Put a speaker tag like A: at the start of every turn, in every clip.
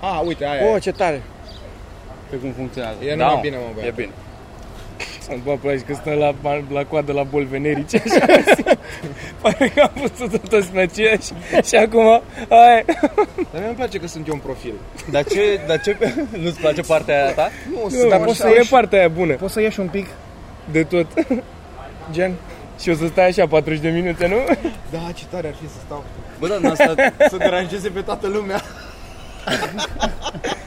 A: A, Ah, uite, aia
B: O,
A: e.
B: ce tare!
C: Pe cum funcționează.
A: E numai bine, Da, mă, băiat.
C: Da. E bine.
B: Sunt bă, plăci că stăm la, la coadă la bol venerice așa azi. Pare că am pus toți în aceeași și acum, hai,
A: Dar mie îmi place că sunt eu un profil.
C: Dar ce, dar ce, nu-ți place partea aia ta?
A: Nu,
B: nu, dar poți să iei partea aia bună
A: Poți să ieși un pic?
B: de tot, gen. Și o să stai așa 40 de minute, nu?
A: Da, ce tare ar fi să stau.
C: Bă, dar n-am stat,
A: Să deranjeze pe toată lumea.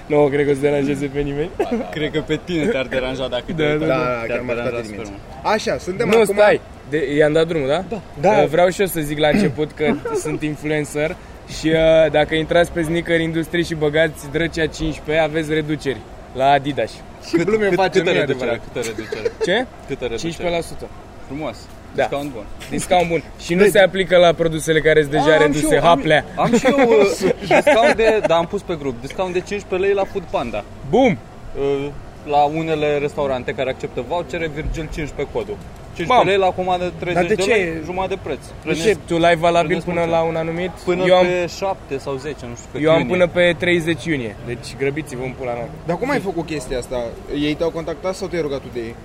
B: Nu, no, cred că o să deranjeze pe nimeni.
C: cred că pe tine te-ar deranja dacă
B: Da,
C: te
B: da,
A: Da,
B: da,
A: da, chiar
C: te-ar
A: m-a
C: deranja
A: scoate
C: super
A: dimineața.
C: mult.
A: Așa, suntem
B: Nu,
A: acum...
B: stai! De, i-am dat drumul, da? Da.
A: Da.
B: Vreau și eu să zic la început că sunt influencer și uh, dacă intrați pe Sneaker Industry și băgați drăcea 15, aveți reduceri la Adidas.
A: Ce glume face, nu
C: Câtă
A: e
C: reducere,
A: adevărat.
C: câtă reducere,
B: Ce?
C: câtă reducere.
B: 15%.
C: Frumos.
B: Da.
C: Discount bun.
B: Discount bun. Și nu se aplică la produsele care sunt deja
C: Am și
B: reduse.
C: eu, am-
B: Haplea.
C: Am și eu uh, discount de, dar am pus pe grup, discount de 15 lei la Food Panda.
B: Bum!
C: Uh, La unele restaurante care acceptă vouchere, virgil 15 codul. 15
B: Mam.
C: lei la comandă 30
A: Dar de
C: de,
A: ce?
C: lei, jumătate de preț.
B: De ce? Deci, Tu l-ai valabil
C: Rănesc
B: până
C: mult.
B: la un anumit?
C: Până
B: eu am,
C: pe 7 sau 10, nu știu cât
B: eu am
C: iunie.
B: până pe 30 iunie. Deci grăbiți-vă în pula mea.
A: Dar cum ai făcut chestia asta? Ei te-au contactat sau te-ai rugat tu de ei?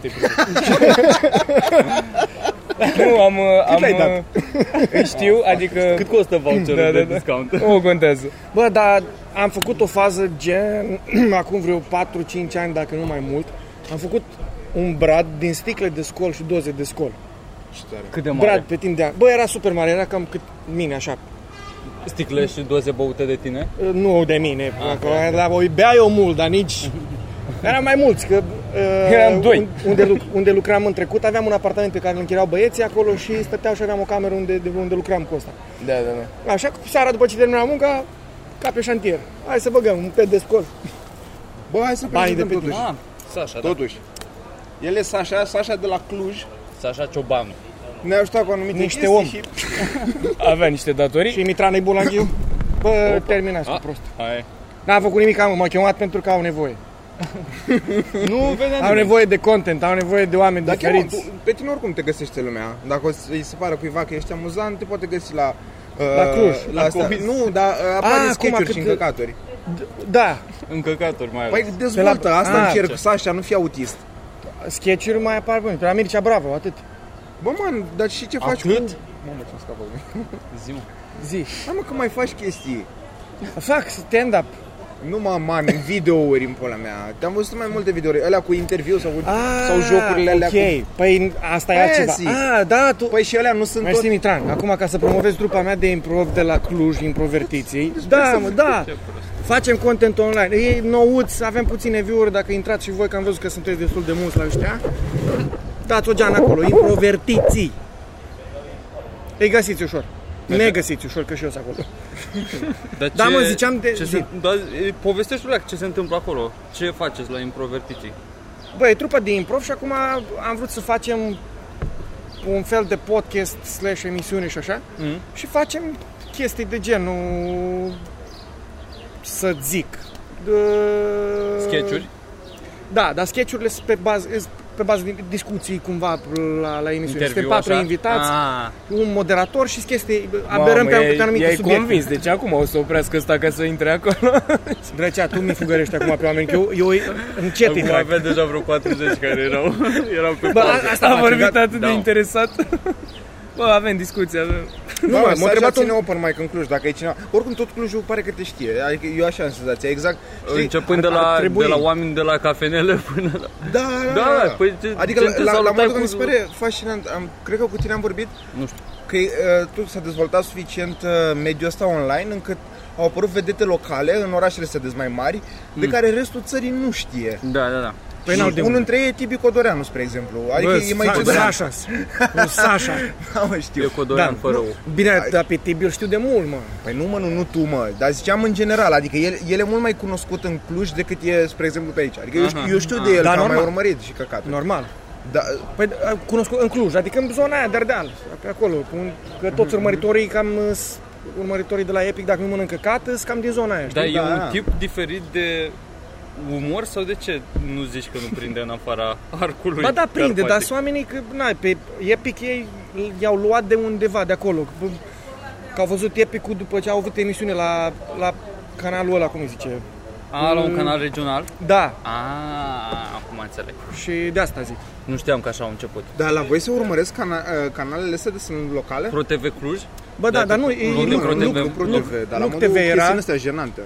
B: Te nu, am... uh, am
A: ai
B: uh,
A: dat?
B: Îi știu, adică...
C: Cât costă voucherul
B: Da,
C: de
B: da, da.
C: discount?
B: Nu contează.
D: Bă, dar am făcut o fază gen, acum vreo 4-5 ani, dacă nu mai mult, am făcut un brad din sticle de scol și doze de scol.
A: Ce tare.
C: Cât de
D: Brad pe timp de an. Bă, era super mare, era cam cât mine, așa.
C: Sticle și doze băute de tine?
D: Nu de
B: Ah,
D: mine, acolo, dar o bea eu mult, dar nici... Eram mai mulți, că uh,
B: Eram doi.
D: un- Unde, luc- unde lucram în trecut, aveam un apartament pe care îl închiriau băieții acolo și stăteau și aveam o cameră unde, de- unde lucram cu ăsta.
B: Da, da, da.
D: Așa că seara după ce terminam munca, ca pe șantier. Hai să băgăm un pe de scol.
A: Bă, hai să
D: Banii de
A: prezentăm
D: pe
A: totuși.
C: Ah, Sasha, da.
A: Totuși. El e Sasha, Sasha de la Cluj.
C: Sasha Ciobanu.
A: Ne-a ajutat cu anumite
D: Niște
A: chestii
D: om.
A: și...
B: Avea niște datorii.
D: Și Mitranei Bulanghiu Bă, terminați cu prost
C: Hai.
D: N-am făcut nimic, am, m-a chemat pentru că au nevoie
C: Nu vedeam
D: Au nevoie de content, au nevoie de oameni
A: Dar chiar, mă,
D: diferiți
A: tu- pe tine oricum te găsește lumea. Dacă o să- îi se pare cuiva că ești amuzant, te poate găsi la... uh,
D: La Cluj,
A: la, astea. Nu, dar uh, apare
D: acum
A: sketch-uri
D: cât-
A: și încăcaturi.
D: Da,
C: Încăcaturi mai
A: Păi
C: ales.
A: dezvoltă,
D: Pe la-
A: asta
D: Ah,
A: încerc, Sasha, nu fi autist.
D: sketch-uri mai apar bun, pe la Mircea Bravo, atât
A: Bă, man, dar și ce faci
C: Atât?
A: cu... Mamă, ce-mi scapă lumea.
C: Zi, mă.
D: Zi
A: Hai mă, că mai faci chestii.
D: Fac stand-up
A: Nu, mă, man, videouri în pula mea. Te-am văzut în mai multe videouri. Alea cu interviu sau, cu,
D: Ah,
A: sau jocurile alea cu...
D: Ok, păi asta e
A: Aia
D: altceva
A: zic.
D: Ah, da, tu
A: Păi și alea nu sunt
D: Mersi
A: tot...
D: Mitran, acum ca să promovez trupa mea de improv de la Cluj, improvertiții Da, mă, da Facem content online E nouț, avem puține view-uri Dacă intrați și voi, că am văzut că sunteți destul de mulți la ăștia Dați o geană acolo, improvertiții Îi găsiți ușor ne găsiți ușor, că și eu sunt acolo.
C: Dar
D: Da, mă, ziceam de-
C: Ce
D: zi.
C: se, da, e, povestește lui ce se întâmplă acolo. Ce faceți la improvertiții?
D: Băi, e trupa de improv și acum am vrut să facem un fel de podcast slash emisiune și așa.
C: Mhm.
D: Și facem chestii de genul, să zic, de-
C: Sketch-uri?
D: Da, dar sketchurile sunt pe bază, sunt pe bază de discuții cumva la, la emisiune. Suntem
C: Interviu,
D: patru
C: așa?
D: invitați,
C: Ah,
D: un moderator și chestii, aberăm pe anumite
B: e,
D: subiecte.
B: convins, deci acum o să oprească ăsta ca să intre acolo.
D: Drăcea, tu mi fugărești acum pe oameni, că eu, eu îi- încet îi
C: acum
D: trag.
C: avea deja vreo 40 care erau, erau pe
D: Bă,
C: pauză.
D: a- asta
B: A
D: face,
B: vorbit
D: gata.
B: atât de
C: da.
B: interesat. Bă, avem discuții, avem.
A: Nu, mă,
D: mă, m-a
A: m-a
D: întrebat
A: întrebat ține open mic în Cluj, dacă e cineva... Oricum tot Clujul pare că te știe, adică eu așa am senzația, exact... știi?
C: Începând de
D: ar- ar
C: la,
D: trebui.
C: de la oameni de la cafenele până la...
A: Da, da,
C: Da,
A: da,
C: păi ce-
A: Adică
C: ce
A: la,
C: te
A: la, la
C: salutai
A: modul că
C: cu-
A: mi se pare fascinant, am, cred că cu tine am vorbit
C: Nu știu.
A: că uh, tu s-a dezvoltat suficient uh, mediul ăsta online încât au apărut vedete locale în orașele astea mai mari, de
C: Hmm.
A: care restul țării nu știe.
C: Da, da, da.
D: Păi
A: Și
D: n-au de
A: unul
D: unde.
A: dintre ei e Tibi Codoreanu, spre exemplu. Adică e mai
D: Sa-
A: ciudat.
D: Sasha. Un Sasha.
A: Da, mă, știu.
C: Eu Codorean
D: Da,
C: fără
D: nu.
C: U.
D: Bine, dar pe Tibiu știu de mult, mă.
A: Păi nu, mă, nu, nu tu, mă, dar ziceam în general, adică el, el e mult mai cunoscut în Cluj decât e, spre exemplu, pe aici. Adică eu,
C: Aha.
A: știu- eu știu de el,
D: Da,
A: că am mai
D: normal.
A: urmărit și căcat.
D: Normal.
A: Da,
D: Păi cunosc în Cluj, adică în zona aia de Ardeal, pe acolo, pe un- că toți urmăritorii cam uh, s- urmăritorii de la Epic, dacă nu mănâncă cată, sunt cam din zona aia.
C: Dar
D: știi?
C: e
A: da,
C: un
A: da.
C: tip diferit de umor sau de ce nu zici că nu prinde în afara arcului?
D: Ba da, prinde, dar
C: carpatic?
D: sunt oamenii că, na, pe Epic ei i-au luat de undeva, de acolo. Că au văzut Epic-ul după ce au avut emisiune la, la canalul ăla, cum îi zice.
C: A, la un canal regional?
D: Da,
C: A, acum înțeleg.
D: și de asta zic.
C: Nu știam că așa au început.
A: Dar la voi se urmăresc cana- uh, canalele astea de sunt locale?
C: Pro TV Cluj?
D: Bă, da,
C: Da,
D: dar
C: tu-
D: nu,
C: nu
D: e,
C: de
D: nu,
C: Pro
A: nu,
C: TV.
A: nu, Pro
D: Luc-
A: TV, dar la
D: Luc
A: modul
D: TV era-
A: chestiile astea jenante.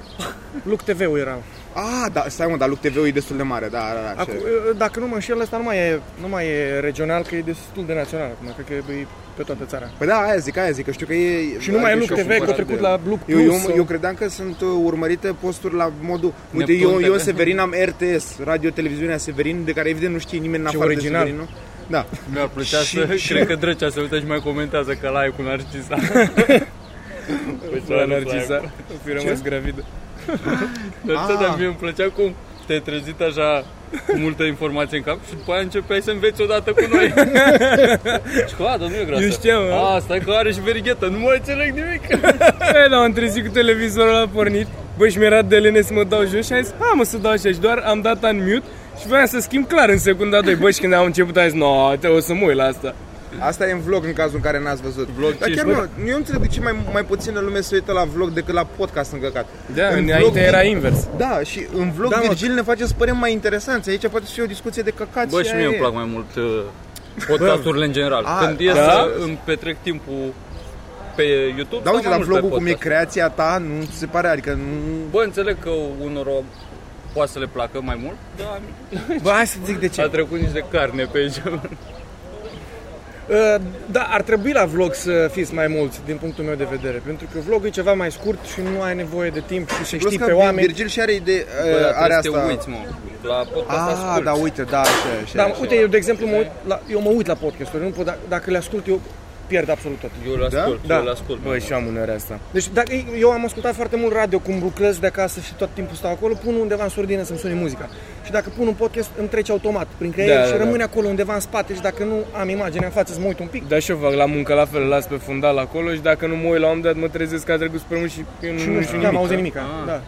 D: Luc TV-ul era.
A: Ah, da, stai mă, dar Luc TV-ul e destul de mare, da, da, da,
D: Acum,
A: ce...
D: dacă nu mă înșel, ăsta nu mai, e, nu mai e regional, că e destul de național acum, cred că e pe toată țara.
A: Păi da, aia zic, aia zic, că știu că e... adică
D: Și nu mai e
A: că
D: Luc
A: și-au
D: TV, că a
A: cumpărat
D: trecut
A: de-
D: la Luc
A: Eu,
D: Plus.
A: eu,
D: sau-
A: eu credeam că sunt uh, urmărite posturi la modul Uite,
C: Neptun
A: eu,
C: TV.
A: eu Severin am RTS, Radio Televiziunea Severin De care evident nu știe nimeni în
D: Ce
A: afară
D: original.
A: de Severin, nu? Da,
C: Mi-ar plăcea
A: Și-
C: să...
A: și-
C: Cred că Drăcea se uită și mai comentează că la e cu Narcisa. Păi,
B: La
C: ce
B: Narcisa, o fi rămas gravidă.
C: Dar
A: Ah.
C: tot, dar mie îmi plăcea cum te-ai trezit așa multă informație în cap și după aia începeai să înveți odată cu noi. și că, a, dar nu e grasă.
B: Eu știam, mă.
C: A, stai că are și verighetă, nu mai înțeleg nimic.
B: E, da, am trezit cu televizorul la pornit. Bă, și mi-era de lene să mă dau jos și am zis, ha, mă, să dau așa. Și doar am dat în mute și voiam să schimb clar în secunda 2. Bă, și când am început, am zis, no, te, o să mă uit la asta.
A: asta e în vlog în cazul în care n-ați văzut
C: Vlog
A: Dar
C: ce
A: chiar
C: ești,
A: nu, eu nu înțeleg de ce mai, mai puțină lume se uită la vlog decât la podcast încăcat
B: Da,
A: În
B: în
A: vlog-
B: înainte era invers.
A: Da, și în vlog
D: Da,
A: da,
D: mă.
A: Virgil ne face să părem mai interesanți Aici poate să fie o discuție de căcat
C: Bă, și mie
A: aia
C: îmi
A: e.
C: plac mai mult uh, podcasturile în general.
A: A,
C: Când e
A: da?
C: să îmi petrec timpul pe YouTube,
A: Dar uite,
C: Păi mai
A: la
C: mult pe
A: vlogul cum e
C: podcast.
A: creația ta, nu ți se pare, adică nu...
C: Bă, înțeleg că unor poate să le placă mai mult, dar
D: Bă, hai să zic de ce.
C: a trecut nici de carne pe aici.
D: Uh, Da, ar trebui la vlog să fiți mai mulți, din punctul meu de vedere, pentru că vlogul e ceva mai scurt și nu ai nevoie de timp și să
A: Plus
D: știi
A: că
D: pe oameni.
A: Virgil și are idee,
C: Bă, dar
A: are
C: trebuie
A: asta...
C: să te uiți, mă. La podcast
A: Ah,
C: asculti.
A: da, uite, da, așa, așa,
D: Dar
A: așa.
D: uite, eu de exemplu mă uit la, eu mă uit la podcasturi, nu pot, dacă, dacă le ascult eu pierd absolut tot.
C: Eu le ascult,
D: Da?
C: eu le ascult.
B: Bă, și eu am uneori asta.
D: Deci dacă, eu am ascultat foarte mult radio cum lucrez de acasă și tot timpul stau acolo, pun undeva în sordină să-mi sune muzica. Și dacă pun un podcast, îmi trece automat prin creier
B: Da,
D: și
B: da, da.
D: rămâne acolo undeva în spate și dacă nu am imaginea în față, să mă uit un pic.
B: Da, și eu fac la muncă la fel, îl las pe fundal acolo și dacă nu mă uit la un moment dat, mă trezesc că a trecut spre mult și eu
D: Și
B: nu,
D: nu
B: nu
D: știu,
B: știu
D: n-am
B: nimic.
D: auzit nimic. Da.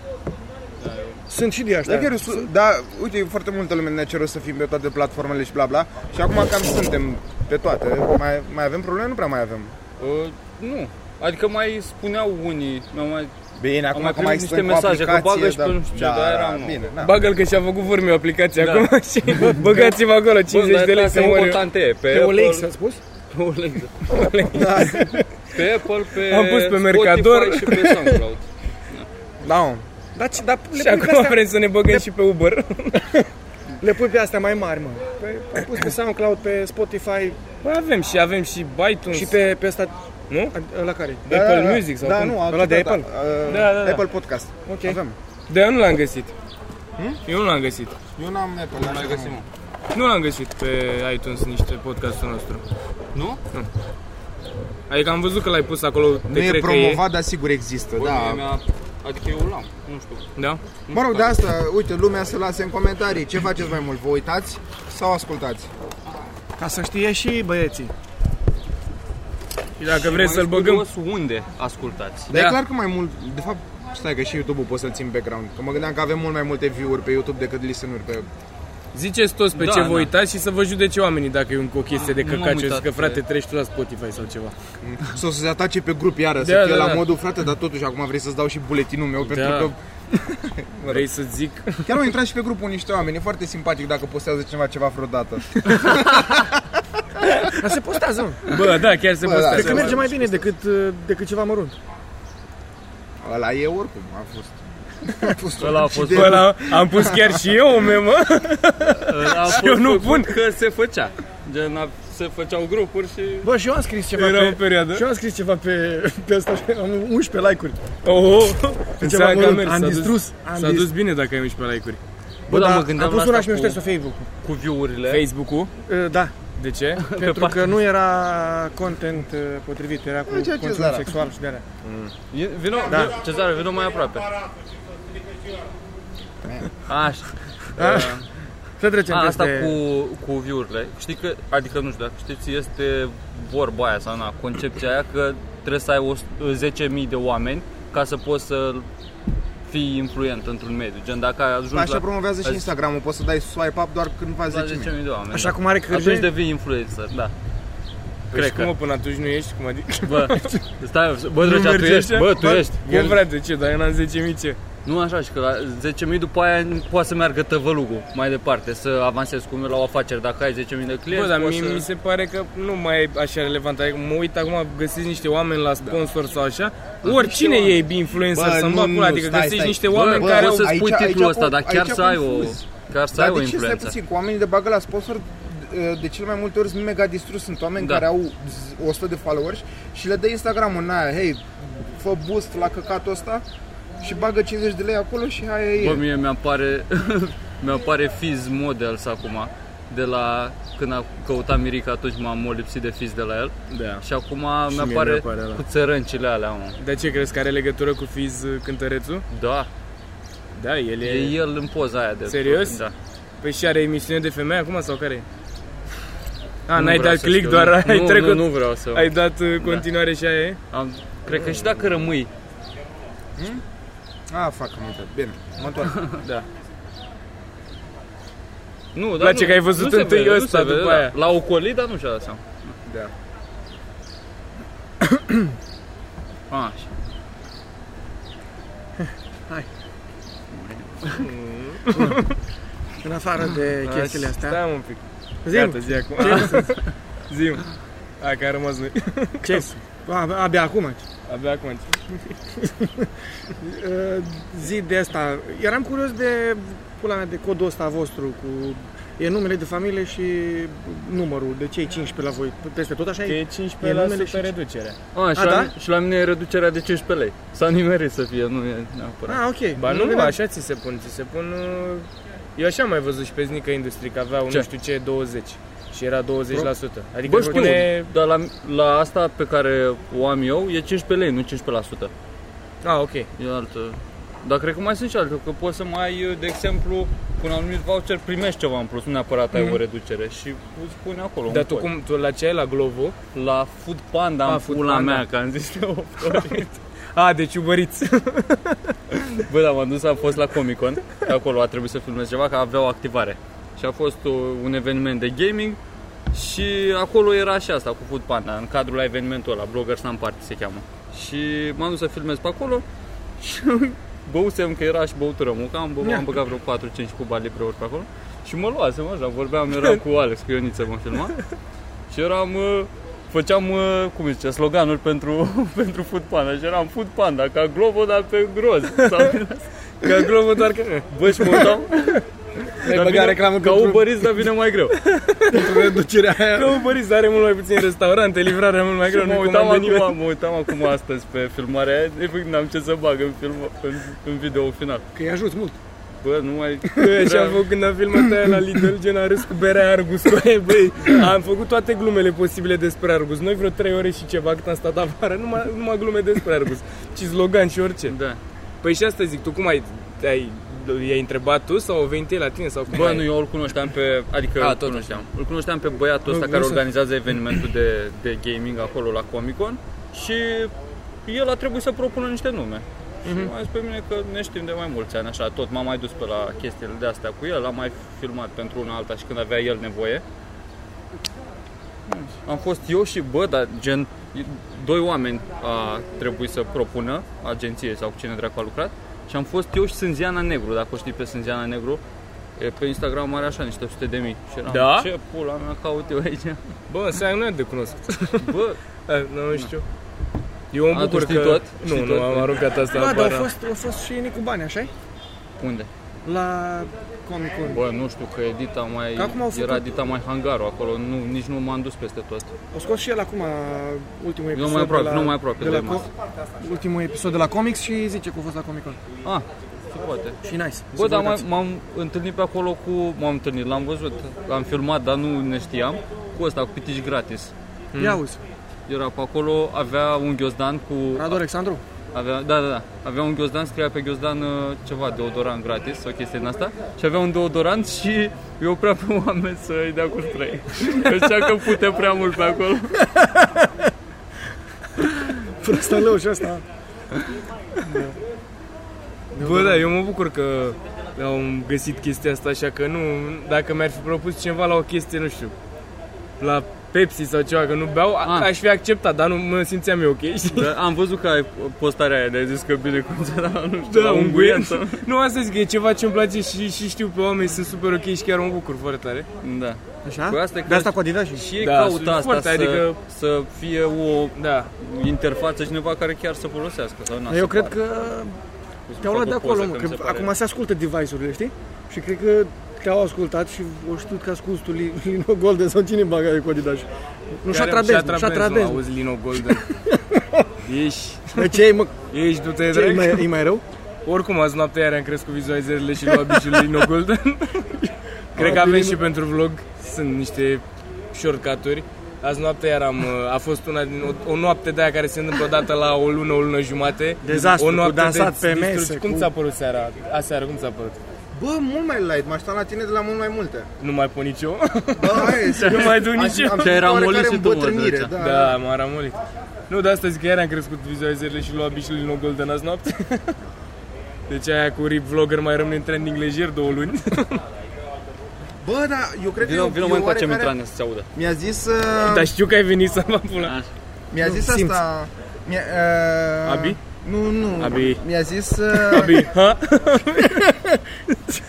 D: Sunt și de
A: Da,
D: aștia.
A: chiar, eu su- da, uite, foarte multă lume ne-a cerut să fim pe toate platformele și bla bla Și acum cam suntem pe toate Mai, mai avem probleme? Nu prea mai avem
C: Uh, nu. Adică mai spuneau unii, mi-au mai...
A: Bine,
C: acum mai că mai primit niște suntem cu mesaje, că aplicație, bagă și da. pe nu știu ce, dar era, nu.
A: Bine, da. na.
B: Bagă-l că și-a făcut vârmi o aplicație
C: Da.
B: acum și băgați-vă acolo 50 de lei să
C: e
B: mor eu.
C: important e. Pe,
D: Pe Olex,
C: Apple,
D: a spus?
C: pe, Olex. pe Apple, pe
B: Am pus pe
C: Spotify
B: Mercador.
C: și pe SoundCloud.
A: Da, mă.
D: Da, ci- dar le
B: Și
D: pui, pe
B: acum
D: astea,
B: vrem să ne băgăm și pe Uber.
D: le pui pe astea mai mari, mă. Pe, am pus pe SoundCloud, pe Spotify
B: Bă, avem și avem și iTunes.
D: și pe, pe asta...
B: Nu?
D: La care?
B: Da, Apple Music sau
A: da,
B: cum?
A: nu,
D: Ăla de
A: da,
D: Apple?
A: uh,
B: Da, da, da.
A: Apple Podcast.
D: Ok.
A: Avem.
B: Da, eu nu l-am găsit. Eu nu l-am găsit.
A: Eu n-am Apple,
C: Mai găsim. mă.
B: Nu l-am găsit pe iTunes niște podcastul nostru.
C: Nu?
B: Adică am văzut că l-ai pus acolo,
A: Nu
B: te
A: e
B: cred
A: promovat, dar sigur există,
C: Bă, Păi, mie
A: da.
C: mi-a... Adică eu l-am, nu știu.
B: că e. Da?
A: Mă rog, de asta, uite, lumea să lase în comentarii ce faceți mai mult, vă uitați sau ascultați?
D: Ca să știe și băieții.
B: Și dacă vrei
C: Mai
B: să-l
C: spui
B: băgăm...
C: vă unde ascultați.
A: Dar e
B: Da.
A: clar că mai mult, de fapt, stai că și YouTube-ul poți să-l țin background. Că mă gândeam că avem mult mai multe view-uri pe YouTube decât listen-uri pe...
B: Ziceți toți pe
C: Da,
B: ce vă
C: da. Ah,
B: uitați și să vă judece oamenii dacă e un- o chestie de
C: nu m-am
B: căcat și o să
C: uitat
B: zică,
C: pe-
B: frate, treci tu la Spotify sau ceva.
A: Sau să se atace pe grup iară, să
B: Da,
A: fie
B: da,
A: la
B: da.
A: modul, frate, dar totuși acum vrei să-ți dau și buletinul meu pentru
C: Da.
A: că...
B: Vrei să zic?
A: Chiar au intrat și pe grupul niște oameni, e foarte simpatic dacă postează cineva ceva vreodată.
D: Dar se postează, mă.
B: Bă, da, chiar se
A: Bă, da,
B: postează.
D: Cred
A: Se
D: că Adică merge
A: mai-
D: mai bine decât, uh, decât ceva mărunt.
A: Ăla e oricum, a fost. A fost
C: Ăla a
A: un
C: fost-
A: accident.
B: Bă, la, am pus chiar și eu o memă.
C: Eu
B: nu
C: nu
B: pun.
C: pun că se făcea. Gen, a- se făceau grupuri și...
D: Bă, și eu am scris ceva
B: Era o
D: pe...
B: perioadă.
D: Și eu am scris ceva pe, pe asta, și am 11 like-uri.
B: Oh,
D: Ceva
B: înțeleg că a
D: mărunt.
B: mers.
D: Am
B: s-a dus-
D: distrus,
B: S-a
D: am
B: dus da,
D: distrus.
B: bine dacă ai mici pe like-uri.
C: Bă, dar mă
D: am
C: gândeam
D: da, pus
C: la
D: una și
C: asta
D: mi-o șters
C: cu-
D: pe Facebook-ul.
C: Cu view-urile.
B: Facebook-ul?
D: Uh, Da,
B: De ce? Deci
D: pentru că nu era content uh, potrivit, era cu
A: Ceea ce
D: consum
C: da.
A: zara.
D: sexual și de alea.
C: E- Vino,
D: Da.
C: da. Cezar, vino mai aproape. Așa.
D: Să trecem
C: A, asta
D: peste...
C: cu, cu view-urile. Știi că, adică nu știu dacă știți, este vorba aia sau na, concepția aia că trebuie să ai o- 10.000 de oameni ca să poți să fii influent într-un mediu. Gen, dacă ai ajuns
A: Așa
C: la
A: promovează și
C: da. azi-
A: Instagram-ul, poți să dai swipe up doar cândva
C: la
A: 10.000.
C: 10.000 de oameni.
D: Așa
C: da.
D: cum are
C: Atunci
D: Cârje.
C: devii influencer, da.
B: Păi
C: Cred
B: și cum,
C: că.
B: mă, până atunci nu ești? Cum adică?
C: Bă, stai, bă, drăgea, tu
B: merge
C: ești,
B: așa?
C: bă, tu ești.
B: Bă, frate, ce, dar eu n-am 10.000 ce?
C: Nu așa, și că la 10.000 după aia poate să meargă tăvălugul mai departe, să avansezi cum e la o afacere. Dacă ai 10.000 de clienți,
B: Bă, dar
C: poți
B: mie
C: să...
B: mi se pare că nu mai e așa relevant. Adică mă uit acum, găsiți niște oameni la sponsor sau așa. Oricine
C: Da. oameni.
B: e influencer
A: Bă,
B: să-mi
A: nu,
B: bag
A: nu,
B: pula, adică
A: stai,
B: găsești
A: stai.
B: niște
A: Bă,
B: oameni
C: bă,
B: care au...
C: poți
A: să-
C: să-ți
A: aici-
C: pui
A: aici
C: titlul ăsta,
A: con-
C: dar chiar
A: aici
C: să ai o...
A: confuz.
C: Chiar să ai
A: Dar
C: o
A: de ce stai
C: influență.
A: puțin? Cu oamenii de bagă la sponsor, de- de cele mai multe ori sunt mega distrus. Sunt oameni
C: Da.
A: care au z- 100 de followers și le dă Instagram-ul în aia, hei, fă boost la căcatul ăsta și bagă 50 de lei acolo și hai e.
C: Bă, mie mi apare mi apare Fizz Models acum de la când a căutat Mirica atunci m-am molipsit de Fizz de la el
B: Da.
C: și acum
B: Și
C: mi
B: mie
C: apare
B: mi-apare ăla.
C: cu țărâncile alea, mă.
B: De ce crezi că are legătură cu Fiz uh, cântărețul?
C: Da,
B: Da, el e...
C: e el în poza aia de
B: Serios?
C: Da.
B: Păi și are emisiune de femei acum sau care e? A,
C: Nu
B: n-ai
C: vreau
B: dat
C: să
B: click,
C: știu,
B: doar
C: nu,
B: ai
C: nu,
B: trecut.
C: Nu, nu vreau Da. să...
B: Ai dat uh, continuare și aia e?
C: Am, cred că și dacă rămâi,
A: Ah, fac, am uitat. Bine, mă întorc.
C: nu, dar
B: place
C: nu,
B: că ai văzut
C: nu se
B: întâi
C: vede, nu
B: ăsta,
C: se vede,
B: după
C: da.
B: aia.
C: La ocolit, dar nu și-a dat seama.
A: Da.
C: Așa.
D: În afară de
C: Da,
D: chestiile astea.
B: Stai mă, un pic. Gata,
D: Zim,
B: zi acum. Zim. Hai că a rămas noi.
D: ce? A- Abia acum.
B: Abia acum. înțeleg.
D: Uh, zi de asta. Eram curios de pula mea de codul ăsta vostru cu e numele de familie și numărul de cei 15 la voi. Peste tot așa
B: Că
D: e?
B: e
D: E
B: 15%
D: numele
B: la
D: și-
B: reducere.
C: A, și,
D: A,
C: la,
D: da?
C: și la mine e reducerea de 15 lei. S-a nimerit să fie, nu e neapărat.
D: Ah, ok.
B: Ba nu,
D: Numele-
B: așa ți se pun, ți se pun... uh, Eu așa am mai văzut și pe Znică Industry că aveau,
C: Ce?
B: nu știu ce, 20. Și era 20%. Adică
C: Bă,
B: își
C: știu,
B: pune...
C: dar la, la asta pe care o am eu e 15 lei, nu 15%.
B: Ah, ok.
C: E altă. Dar cred că mai sunt și alte, că poți să mai, de exemplu, cu un anumit voucher primești ceva în plus, nu neapărat
B: Mhm.
C: ai o reducere și îți pune acolo.
B: Dar
C: un
B: tu
C: cod.
B: cum, tu la ce ai la Glovo?
C: La Food Panda
B: Ah,
C: am
B: Food
C: pula
B: Panda.
C: mea, că am zis eu.
B: A, deci ubăriți.
C: Bă, da, m-am dus, am fost la Comic Con, că acolo a trebuit să filmez ceva, că aveau activare. Și a fost o, un eveniment de gaming și acolo era și asta cu Food Panda, în cadrul la evenimentul ăla, Bloggers N-Am Party se cheamă. Și m-am dus să filmez pe acolo și băusem că era și băutură muca, am, bă, am băgat vreo 4-5 cuba de ori pe acolo și mă luasem așa, vorbeam, eram cu Alex, cu Ioniță mă filma și eram... uh, Făceam, uh, cum îi zice, sloganuri pentru, pentru Food Panda și eram Food Panda, ca Globo, dar pe groz. Sau,
B: Că Glovo doar că...
C: Bă, și mă uitam
D: băgat reclamă
C: Ca
D: pentru-
C: Uber Eats, dar vine mai greu
D: reducerea aia.
B: Că Uber are mult mai puțin restaurante, livrarea mult mai greu,
C: Mă
B: nu
C: uitam,
B: comandă nimeni.
C: acum, mă uitam acum astăzi pe filmarea aia Efectiv, n-am ce să bag în, film, în, în video final
D: Că îi ajut mult.
C: Bă, nu mai...
B: Bă,
C: Da.
B: și am făcut când am filmat aia la Lidl, gen a râs cu berea Argus, băi, băi, am făcut toate glumele posibile despre Argus. Noi vreo 3 ore și ceva cât am stat afară, numai, numai glume despre Argus. Și slogan și orice.
C: Da.
B: Păi și asta zic, tu cum ai, ai i-ai întrebat tu sau au venit ei la tine sau cum
C: Bă,
B: ai?
C: nu, eu îl cunoșteam pe... Adică
B: A,
C: îl
B: tot
C: cunoșteam. Îl cunoșteam pe băiatul ăsta
B: Bă,
C: care
B: bă,
C: organizează evenimentul de, de gaming acolo la Comic-Con și el a trebuit să propună niște nume. Și
B: Mhm.
C: m-a zis pe mine că ne știm de mai mulți ani, așa, tot m-am mai dus pe la chestiile de astea cu el, am mai filmat pentru una alta și când avea el nevoie. Am fost eu și bă, dar gen doi oameni a trebuit să propună agenție sau cu cine dracu a lucrat și am fost eu și Sânziana Negru, dacă o știi pe Sânziana Negru, e, pe Instagram are așa niște sute de mii și eram,
B: Da?
C: ce pula mea caut eu aici?
B: Bă, să ai nu e de cunoscut.
C: Bă,
B: A, Nu știu. Eu mă
C: A, tu
B: bucur
C: știi
B: că...
C: tot?
B: Nu,
C: Știi
B: nu,
C: tot? Da,
B: am aruncat asta
D: Ba, dar
B: afară.
D: a fost, a fost și Nicu Bani, așa
C: unde?
D: La Comic Con.
C: Bă, nu știu că edita mai,
D: Că acum au făcut-
C: era edita mai hangarul acolo, nu, nici nu m-am dus peste tot.
D: O scos și el acum ultimul episod
C: mai aproape,
D: de la,
C: nu mai aproape
D: de la
C: de
D: co- ultimul episod de la Comics și zice că a fost la Comic Con.
C: Ah, se poate.
D: Și nice.
C: Bă,
D: Să
C: dar
D: vă
C: m-am,
D: uitați.
C: m-am întâlnit pe acolo cu... M-am întâlnit, l-am văzut, l-am filmat, dar nu ne știam, cu ăsta, cu pitici gratis. Mm.
D: Ia uzi,
C: Era pe acolo, avea un ghiozdan cu...
D: Radu Alexandru.
C: Avea, da, da, da. Avea un ghiozdan, scria pe ghiozdan uh, ceva, deodorant gratis, o chestie din asta. Și avea un deodorant și îi oprea pe oameni să îi dea cu spray. Că zicea că pute prea mult pe acolo.
D: Prostălău și ăsta.
B: Bă, da, eu mă bucur că am găsit chestia asta, așa că nu, dacă mi-ar fi propus cineva la o chestie, nu știu, la Pepsi sau ceva, că nu beau, a-
C: Ah.
B: aș fi acceptat, dar nu mă simțeam eu ok, știi?
C: Da, am văzut că ai postarea aia de ai zis că bine cum ți nu
B: Da,
C: știu, la
B: un
C: unguiet
B: guiet.
C: sau-
B: Nu, asta zic că e ceva ce îmi place și, și știu pe oameni, sunt super ok și chiar mă bucur foarte tare.
C: Da.
D: Așa?
C: Păi asta e
D: de asta
C: că-
D: cu Adidas și...
C: Și e
B: Da,
C: da, caut
B: sunt
C: asta
B: foarte,
C: să,
B: adică-
C: adică... să fie o
B: Da.
C: interfață cineva care chiar să folosească sau nu.
D: Eu cred că te-au luat de acolo, mă, că acum se ascultă device-urile, știi? Și cred că te-au ascultat și o știut că asculti tu Li- Lino Golden sau cine bagă aia cu Adidas. Nu și-a tradez, și-a
B: tradez.
D: tradez.
B: Auzi, Lino Golden. ești,
D: De ce e, mă,
B: ești, du-te,
D: ce, e,
B: drag.
D: mai, e mai rău?
B: Oricum, azi noaptea iar am crescut vizualizările și luat biciul lui Lino Golden. Cred că avem și pentru vlog, sunt niște shortcut-uri. Azi noaptea iar am, uh, a fost una din, o, o noapte de aia care se întâmplă odată la o lună, o lună jumate.
D: Dezastru,
B: o
D: cu
B: noapte
D: dansat
B: de
D: pe mese,
B: distrugi. Cum
D: cu-
B: ți-a părut seara? Aseară, cum ți-a părut?
A: Bă, mult mai light, mă așteptam la tine de la mult mai multe.
B: Nu mai pun nici eu?
A: Bă, hai,
B: nu mai duc nici eu.
A: am, am
C: Te-ai
A: simțit
C: ramolit
A: oarecare
C: și tu, mă,
A: îmbătrânire,
C: Drăcea.
A: da.
B: Da, m-am ramolit. Nu, de asta zic că iar am crescut vizualizările și luat biciul Lino Golden azi noapte. Deci aia cu Rip Vlogger mai rămâne în trending lejer două luni.
A: Bă, da, eu cred că
C: Vino,
A: eu-
C: vino
A: eu
C: mai încoace
A: oarecare-
C: mitrane să se audă.
A: Mi-a zis... uh,
B: Dar știu că ai venit să mă pula.
C: Așa.
A: Mi-a
D: Nu,
A: zis
D: simț.
A: asta... Mi-a, uh,
B: Abi?
A: Nu, nu.
B: Abi.
A: Mi-a zis... Uh,
B: Abi, ha?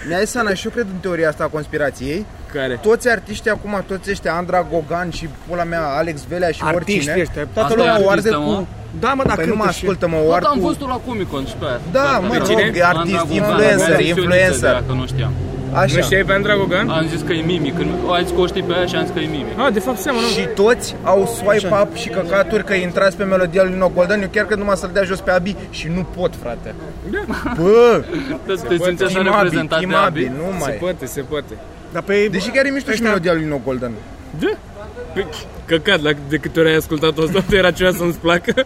A: mi-a zis Ana și eu cred în teoria asta a conspirației.
B: Care?
A: Toți artiștii acum, toți ăștia, Andra Gogan și pula mea, Alex Velea și
D: Artiști
A: oricine.
D: ăștia.
A: Toată
C: Asta e
A: lumea o arde
C: artistă, mă?
A: cu...
D: Da, mă, dacă
A: Păi nu mă ascultă, mă, o
C: Tot
A: arde
C: am
A: cu...
C: fost la Comic Con și pe aia.
A: Da, mă,
C: pe
A: rog,
C: cine?
A: e artist,
C: Andra Gogan,
A: influencer,
C: avea zis eu
A: influencer.
C: nițele, Dacă nu știam.
B: Nu
A: Așa.
B: știai pe Andra Gogan?
C: Am zis că e mimic. Când ai zis că o știi pe aia și am zis că e mimic.
B: Ah, de fapt seamănă.
A: Și toți au swipe up și căcaturi că intrați pe melodia lui Nino Golden. Eu chiar că numai să-l dea jos pe Abi și nu pot, frate.
B: Da.
A: Bă,
C: Te simți așa reprezentat de
A: imabil,
C: Abi.
A: nu
B: Se
A: mai.
B: poate, se poate.
D: Dar pe...
A: Deși chiar e mișto și melodia lui Nino Golden.
B: Da? Păi, Căcat, la de câte ori ai ascultat-o asta, era ceva să nu-ți placă.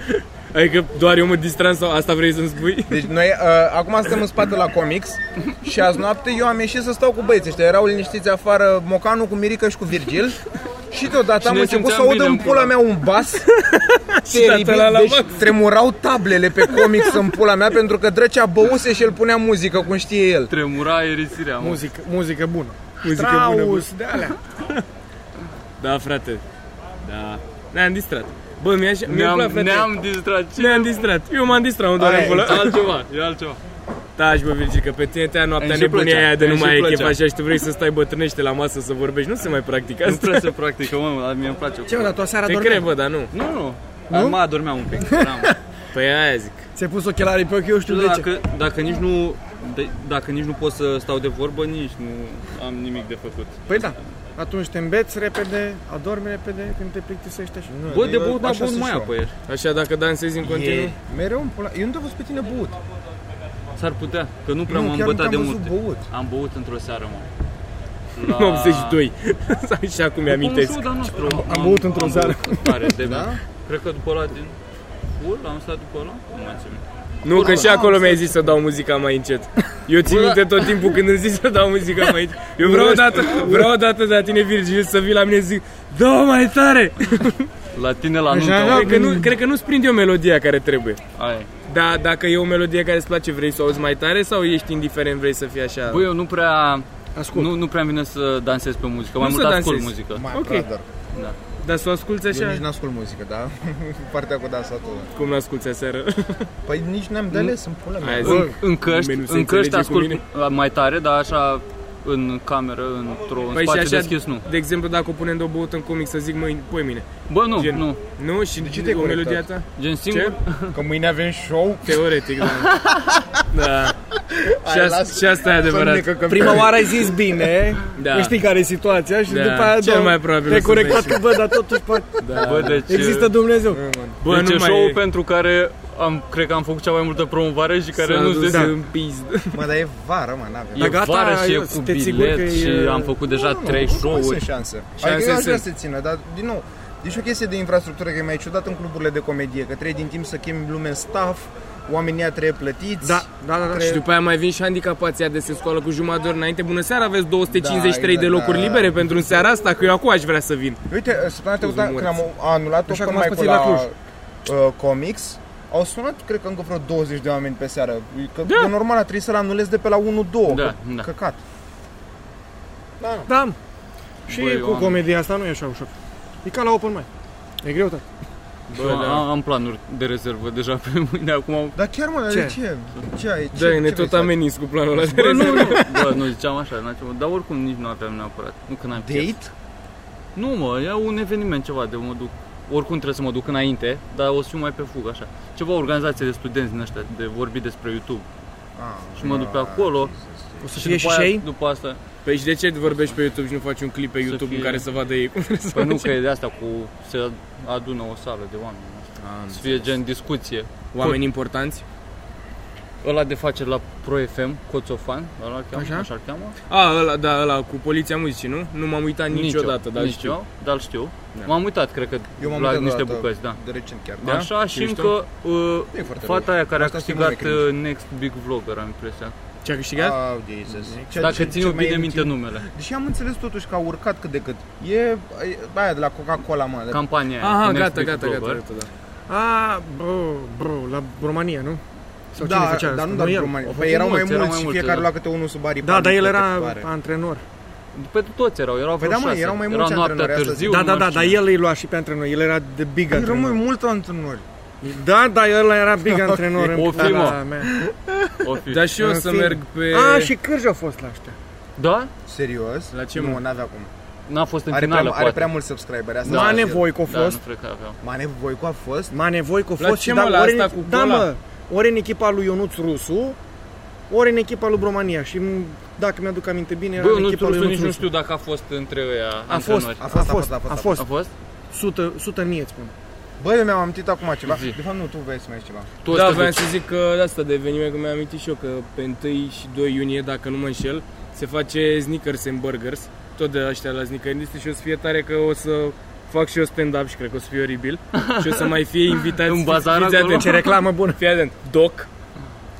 B: Adică doar eu mă distram sau asta vrei să-mi spui?
A: Deci noi uh, acum suntem în spate la comics și azi noapte eu am ieșit să stau cu băieții ăștia. Erau liniștiți afară Mocanu cu Mirica și cu Virgil. Și deodată am
C: ne
A: început să
C: simțeam
A: aud
C: bine
A: în
C: în
A: pula
C: pula.
A: mea un bas
B: toată
A: Teribil,
B: la la
A: deci
B: max.
A: tremurau tablele pe comics în pula mea Pentru că drăcea băuse și el punea muzică, cum știe el
C: Tremura aerisirea, mă.
D: Muzică, muzică bună.
B: Muzică bună, bă.
D: Strauss, de alea.
B: Da, frate. Da. Ne-am distrat. Bă, mi-a mi-a
C: Ne-am,
B: plăcut, frate. Ne-am, da.
C: ne-am distrat. Ce?
B: ne-am distrat. Eu m-am distrat, mă doar
A: Aia
B: în
A: e,
B: pula.
C: Altceva, e altceva.
B: Taci, bă, Virgil, că pe tine te-a noaptea
C: Îmi și
B: nebunia
C: plăcea,
B: aia de nu
C: îmi și
B: mai ai chef
C: plăcea.
B: așa și tu vrei să stai bătrânește la masă să vorbești. Nu se mai practică
C: Nu
B: asta.
C: prea se practică, mă, dar mie îmi place.
D: Ce, mă, dar tu aseară
B: Te
D: dormeai?
B: cred, bă, dar nu.
C: Nu, nu. nu? Mă adormeam un pic. eram-
B: Păi aia zic.
D: Ți-ai pus ochelarii pe ochi, eu știu
C: Nu,
D: de ce.
C: dacă, dacă, nici nu, de, dacă nici nu pot să stau de vorbă, nici nu am nimic de făcut.
D: Păi da. Atunci te îmbeți repede, adormi repede, când te plictisești așa. Nu.
C: Bă, de
A: eu-
C: băut n-am
A: așa
C: băut
A: sunt
C: mai
A: și eu.
C: apă ieri.
B: Așa, dacă dansezi în continuu.
A: E mereu în pula Eu nu te văzut pe tine băut
C: S-ar putea, că nu prea
A: Nu,
C: m-am
A: chiar nu
C: bătat de
A: te-am văzut
C: mult.
A: băut.
C: Am băut într-o seară, mă.
B: În 82. Sau și acum
C: După un
B: mi-amintesc.
C: show de-al nostru, Am,
D: băut într-o
C: am
D: seară.
C: băut Tare, de da? Cred că după la din... Ul, am stat după la? Nu mai țin. minte.
B: Nu, că și acolo mi-ai zis să dau muzica mai încet. Eu țin
C: Bă,
B: minte tot timpul când îmi zici să dau muzica mai încet. Eu vreau o dată, vreau o dată de la tine, Virgil, să vii la mine și zic, dă mai tare!
C: La tine la
D: Așa,
C: nuntă,
D: da.
B: Cred că, nu, cred că nu-ți prind eu melodia care trebuie.
C: Ai.
B: Da, dacă e o melodie care îți place, vrei să o auzi mai tare sau ești indiferent, vrei să fii așa?
C: Bă, eu nu prea...
D: Ascult.
C: Nu, nu prea îmi vine să dansez pe muzică, mai
B: Nu
C: mult
B: să
C: ascult
B: dansezi.
C: muzică.
A: My
B: Ok.
A: brother
B: Dar să o asculti
A: Eu nici
B: așa?
A: n-ascult muzică, da? Partea cu dansatul
B: Cum l-asculti aseară?
A: Păi nici n-am de ales în pula mea
B: Aia
A: Bă,
B: zic.
C: În, în căști,
B: nimeni nu se
C: în căști
B: înțelege cu
C: ascult mai tare, dar așa în cameră, într-o în
B: Păi și așa,
C: spațiu deschis, nu.
B: de exemplu, dacă o punem de o băută în comic, să zic mâini, poi mine.
C: Bă, nu,
B: Gen.
C: nu.
B: Nu? Și de
A: ce te-ai
B: o
A: conectat?
B: melodia ta?
C: Gen singur.
B: Ce?
A: Că mâine avem show
B: Teoretic, da. da. Și,
A: Hai,
B: as,
A: las-
B: și asta e
A: Să
B: adevărat.
A: ne căcăm.
D: Prima oară ai zis bine,
B: Da.
D: da. știi care e situația și
B: Da.
D: după aia
B: Cel
D: dom-
B: mai probabil o
D: te-ai
B: să
D: corectat
B: vezi.
D: că bă, dar totuși poate.
B: Da.
C: Bă, deci
D: există Dumnezeu.
C: Bă,
B: Bă,
C: deci
B: nu
C: e
B: mai
C: show
B: e.
C: pentru care am, cred că am făcut cea mai multă promovare și care
B: S-a
C: nu
B: dus
C: se...
B: în pizd.
A: Mă, dar e vară, mă, n-avem
C: E
D: Da. Dar gata,
C: vară și e
D: eu
C: cu
D: sunteți siguri
C: bilet
D: că
C: și
D: e-
C: am făcut deja
A: Nu, nu,
C: trei
A: oricum mai
C: show-uri.
A: Sunt șanse.
B: Șanse
A: Adică eu aș vrea să
B: sunt.
A: țină, dar din nou, deci o chestie de infrastructură că e mai ciudat în cluburile de comedie, că trebuie din timp să chemi lume în staff, oamenii ăia trebuie plătiți.
D: Da, da, da, da.
B: Și după aia mai vin și handicapații de se scoală cu jumătate de ori înainte. Bună seara, aveți 253
A: Da,
B: de locuri
A: da.
B: libere pentru în seara asta, că eu acum aș vrea să vin.
A: Uite, săptămâna trecută
B: morți.
A: când am anulat-o
D: Așa
A: până
D: cum
A: mai
D: ați pățit la Cluj.
A: uh, comics, au sunat, cred că încă vreo 20 de oameni pe seară. Că,
B: Da.
A: da. normal a trebuit să-l anulez de pe la 1-2.
C: Da,
A: că,
C: da.
A: Căcat. Da.
D: Da. Și
C: Băi,
D: cu
C: oameni.
D: comedia asta nu e așa ușor. E ca la open mic. E greu, tată.
C: Bă, da. am, am planuri de rezervă deja pe mâine acum.
A: Dar chiar mă,
D: Ce?
A: ce? ce? Ce ai? Ce,
B: Da,
A: ce
B: ne
A: vrei
B: tot
A: să faci?
B: ameninți cu planul ăla de
C: Bă, nu,
B: rezervă.
C: nu, bă, nu ziceam așa, n-am ce- dar oricum nici nu aveam neapărat. Nu că n-am chef.
A: Date?
C: Nu mă, e un eveniment ceva de mă duc. Oricum trebuie să mă duc înainte, dar o să fiu mai pe fugă așa. Ceva organizație de studenți din ăștia, de vorbit despre YouTube.
A: Ah,
C: Și mă duc pe
A: ah,
C: acolo.
A: Jesus.
D: O să
C: după
D: fie și
C: aia-
D: ei?
C: După asta,
B: Păi și de ce vorbești pe YouTube și nu faci un clip pe YouTube în
C: fie-
B: care să vadă ei cum trebuie să
C: păi nu
B: faci?
C: că e de asta cu se adună o sală de oameni. nu știu.
B: Am
C: Să fie gen discuție.
B: Oameni importanți?
C: Ăla de faceri la Pro FM, Coțofan, ăla îl cheamă,
D: Așa?
C: așa, așa îl cheamă.
B: A, ăla, da, ăla cu poliția muzicii, nu? Nu m-am uitat
C: Nici eu,
B: niciodată, dar
C: nici
B: știu.
C: eu, dar știu.
B: Da.
C: M-am uitat, cred că,
A: Eu m-am
C: la
A: uitat
C: niște
A: odată
C: bucăți, da.
A: De recent chiar.
B: Da?
C: Așa și
B: Ești
C: încă uh,
A: Nu e foarte
C: fata aia care a
A: Asta știu
C: câștigat
A: numai cringe.
C: uh, Next Big Vlogger, am impresia.
D: Ce-a câștigat?
A: rău. Oh, Jesus. Ceea
C: Dacă
A: ce-
C: țin
A: ce
C: eu
A: mai
C: bine
A: e
C: minte numele.
A: Deși am înțeles totuși că a urcat cât de cât. E aia de la Coca-Cola, mă. de-
C: Campania aia,
B: Aha,
C: cu Next
B: gata,
C: Big
B: gata, gata,
C: Vlogger.
B: gata, da.
D: A, bro, bro, la România, nu? Sau
A: da,
D: cine făcea
A: dar
D: asta?
A: nu doar
D: el.
A: România.
C: Au
A: Păi
C: făcut
A: erau mai
C: mulți, erau
A: mulți
C: mai
A: și
C: mulți,
A: fiecare
C: da.
A: lua câte unul sub aripa.
D: Da, dar el era
A: pare.
D: antrenor.
C: Pentru toți erau, erau
A: Păi
C: vreo
A: da, mă,
C: șase.
A: erau mai
C: Era
A: mulți
C: noaptea
A: antrenori astăzi.
C: târziu,
D: Da, da,
C: nu
D: da,
C: știu.
D: dar el îi lua și pe antrenor. El era de big
A: Păi
D: antrenor.
A: Rămâi mult antrenori.
D: Da, da, el era big antrenor în
C: O fi,
D: țara
C: mă.
D: mea.
C: O fi.
B: Dar și eu o
D: În
B: să
D: film.
B: merg pe...
D: A, și Cârj a fost la ăștia.
C: Da?
A: Serios?
B: La ce, mă?
A: Nu, n-avea cum.
C: N-a fost în
A: Are prea,
C: finală,
A: are
C: poate.
A: prea mulți subscriberi. Asta
C: Da,
D: Mane
A: e-
D: Voico a
C: Da, nu
D: fost.
C: cred că aveau.
A: Mane Voico a fost?
D: Mane Voico a
B: La
D: fost.
B: ce,
D: și
B: mă,
D: da,
B: la
D: ori
B: asta
D: în,
B: cu
D: Da,
B: gola?
D: mă, ori în echipa lui Ionuț Rusu, ori în echipa lui Bromania. Și m- dacă mi-aduc aminte bine, era
C: Bă,
D: în
C: nu
D: echipa lui
C: știu,
D: Ionuț
C: nici nu
D: Rusu.
C: știu dacă a fost între ăia
D: A fost,
C: antrenori.
D: a
A: fost, a
D: fost,
A: fost, a fost,
D: a
A: a
D: fost.
C: A fost?
D: 100, 100 mie, îți spun.
A: Bă, eu mi-am amintit acum ceva.
C: Zi.
A: De fapt, nu, tu vei să mai ești ceva.
C: Tu
B: da,
C: ăsta
B: vreau
C: duci.
B: să zic că de asta de eveniment, că mi-am amintit și eu, că pe 1 și 2 iunie, dacă nu mă înșel, se face Snickers and Burgers, tot de ăștia la Snickers și o să fie tare că o să fac și eu stand-up și cred că o să fie oribil și o să mai fie invitați
C: În bazar
B: fiți
C: acolo?
B: atenți,
D: Ce reclamă bună.
B: fii atent, Doc,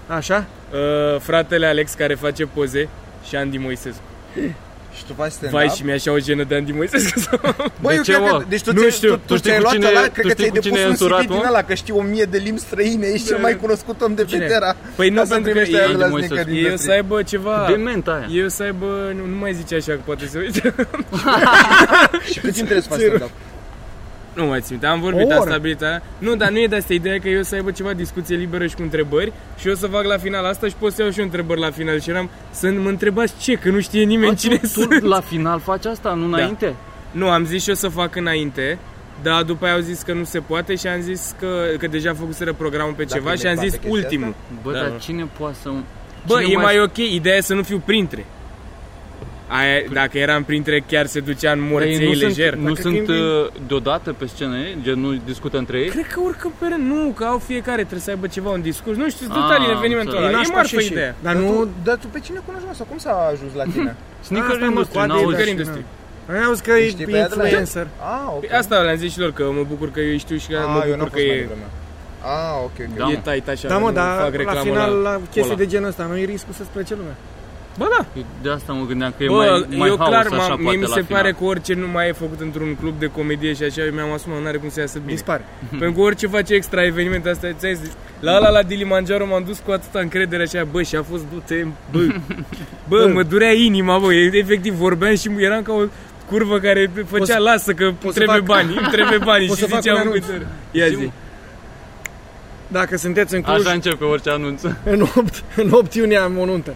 D: Așa?
B: uh, fratele Alex care face poze și Andy Moisescu.
A: Și tu faci stand-up?
B: Vai și mi-e așa o jenă de Andy Moisescu sau...
A: Bă,
C: De
A: eu
C: ce,
A: cred
C: mă?
A: că, deci tu,
C: Nu
A: ți-ai-
C: știu.
A: tu,
C: Tu
A: tu
C: știi
A: ți-ai
C: cu
A: luat
C: cine-
A: ăla,
C: tu
A: cred că
C: știi
A: ți-ai
C: cu cine
A: depus
C: e
A: un
C: însurat,
A: CV din
C: mă?
A: ăla, că știi o mie de limbi străine, ești cel mai cunoscut om de pe
D: Cine?
A: Terra.
B: Păi nu,
A: Asta
B: pentru că
A: primește
B: ei,
A: aia de la
C: Andy Moisescu.
A: Snickers
B: ei o să
A: Industry.
B: aibă ceva...
C: Dementa aia.
B: Eu să aibă, nu, nu mai zice așa că poate să uite.
A: Și cât timp trebuie să faci stand-up?
B: Nu mai țin, minte, am
D: O
B: vorbit,
D: oră.
B: am stabilit aia. Nu, dar nu e de asta ideea că eu să aibă ceva discuție liberă și cu întrebări și eu să fac la final asta și pot să iau și eu întrebări la final și eram să mă întrebați ce, că nu știe nimeni
C: Bă,
B: cine
C: tu,
B: sunt.
C: tu la final faci asta, nu înainte?
B: Nu, am zis și eu să fac înainte, dar după aia au zis că nu se poate și am zis că, că deja făcuseră programul pe ceva
A: ne
B: și am
A: place
B: zis
A: chestia
B: ultimul.
C: Bă,
B: Da.
C: dar cine poate să...
B: Bă,
C: cine
B: e mai ok, ideea e să nu fiu printre. Aia, dacă eram printre, chiar se ducea în
C: Dar ei
B: morței
C: Păi, nu
B: lejer.
C: Sunt, nu sunt uh, deodată pe scenă, ei? gen nu discută între ei?
B: Cred că urcă pe rând. Nu, că au fiecare trebuie să aibă ceva un discurs. Nu știu,
C: Ah,
B: detalii
C: am
B: evenimentul
C: înțeles.
B: ăla. E
D: nașpa
B: marfă
D: și- și-
B: ideea.
D: Dar
A: Dar
D: nu...
A: tu, dar tu pe cine cunoști, mă? Sau cum s-a ajuns la tine?
C: Sneaker
D: Asta am
C: industry,
D: văzut,
C: n-auzi?
B: Sneaker
D: da,
B: industry.
D: Ai auzit că e
A: Știi pe ea de la ea?
D: influencer.
A: Ah, ok.
B: Păi Asta le-am zis și lor, că mă bucur că eu știu și că
A: Ah,
B: mă
A: eu n-am
B: bucur
A: fost
B: că
A: mai
B: e,
A: devreme. Ah, ok, ok.
C: Da,
B: e
C: mă.
B: tight așa,
D: Da, mă,
B: nu
D: dar
B: fac
D: la
B: reclamă
D: final, la chestii
B: cola.
D: de genul ăsta, nu e riscul să-ți plece lumea.
B: Bă, da,
C: De asta mă gândeam că e
B: Bă,
C: mai, mai
B: eu clar,
C: haos așa
B: m-am- mie
C: poate
B: mi
C: la
B: se
C: final.
B: pare că orice nu mai e făcut într-un club de comedie și așa, eu mi-am asumat, nu are cum să iasă bine.
D: Dispare.
B: Pentru că orice face extra evenimente astea, ți-ai zis, la ala la Dilimanjaro m-am dus cu atâta încredere așa, bă, și a fost du-te, bă, bă, mă durea inima, bă, e- efectiv vorbeam și eram ca o curvă care făcea,
D: să-
B: lasă că
D: să
B: îmi trebuie
D: fac-
B: bani, îmi trebuie bani
D: O
B: și
D: să fac un
B: ziceam
D: anunț.
B: câte ori. Ia zi.
D: Dacă sunteți în Cluj,
C: Așa începe orice anunț.
D: în 8, în 8 iunie am o nuntă.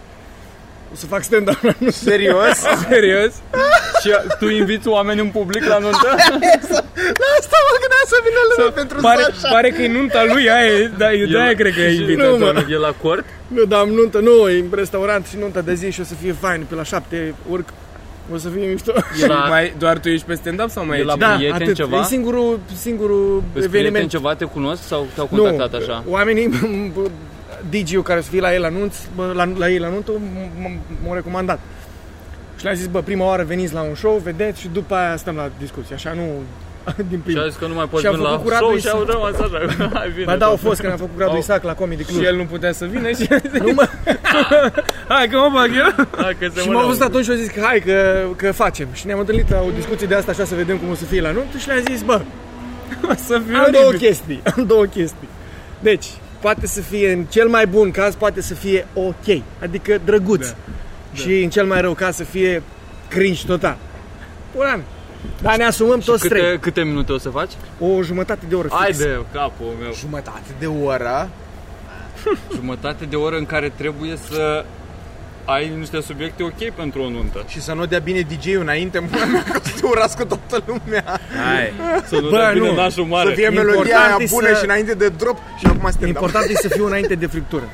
D: O să fac stand-up la nuntă.
A: Serios?
B: Serios?
C: Și uh, tu inviți oameni în public la nuntă?
A: La asta mă gândeam să vină lumea pentru
B: Pare,
A: Sasha.
B: pare că e nunta lui, aia e, da, e de aia cred că e
D: Nu,
B: invitat.
D: mă.
C: E la cort?
D: Nu, dar am nuntă, nu, e în restaurant și nuntă de zi și o să fie fain, pe la 7 urc. O să fie mișto.
B: Și
C: la-
B: mai, doar tu ești pe stand-up sau mai
C: E
B: e
C: la-
B: la...
D: Da,
C: prieteni,
D: atât.
C: Da, ceva?
D: E singurul, singurul
C: Îți prieteni
D: eveniment.
C: ceva, te cunosc sau te-au contactat așa?
D: oamenii, dj care o să fie la el anunț, bă, la, la ei la anunț, m-au recomandat. Și le-am zis, bă, prima oară veniți la un show, vedeți și după aia stăm la discuție. Așa nu din
C: Și
D: prima.
C: a zis că nu mai poți
D: Și-a
C: veni la
D: făcut curat
C: show
D: lui
C: și au rămas așa. Hai, vine.
D: Ba da, au fost, când am făcut gradul
C: Au-
D: Isaac la Comedy Club.
B: Și el nu putea să vină și
D: Nu mă,
B: Hai că mă bag eu
C: da, Hai, că se
D: și m-au văzut atunci și au zis că hai, că, că facem. Și ne-am întâlnit la o discuție de asta, așa să vedem cum o să fie la nuntă și le-am zis, bă,
B: O să fiu
D: Am două
B: oribil.
D: chestii. Am două chestii. Deci, poate să fie, în cel mai bun caz, poate să fie ok. Adică drăguț.
B: Da.
D: Și în cel mai rău caz să fie cringe total. Pula mea. Dar ne asumăm toți trei.
C: Câte, câte minute o să faci?
D: O jumătate de oră fix.
C: Hai de capul meu.
A: Jumătate de oră.
C: Jumătate de oră în care trebuie să ai niște subiecte ok pentru o nuntă.
A: Și să nu dea bine DJ-ul înainte, mă, mea, că să te urasc cu toată lumea.
C: Hai, să nu
D: Bă,
C: dea bine
D: nu.
C: nașul mare.
A: Să fie
D: Important
A: melodia aia
D: e
A: bună
D: să-
A: și înainte de drop și acum suntem
D: Important e să fiu înainte de friptură.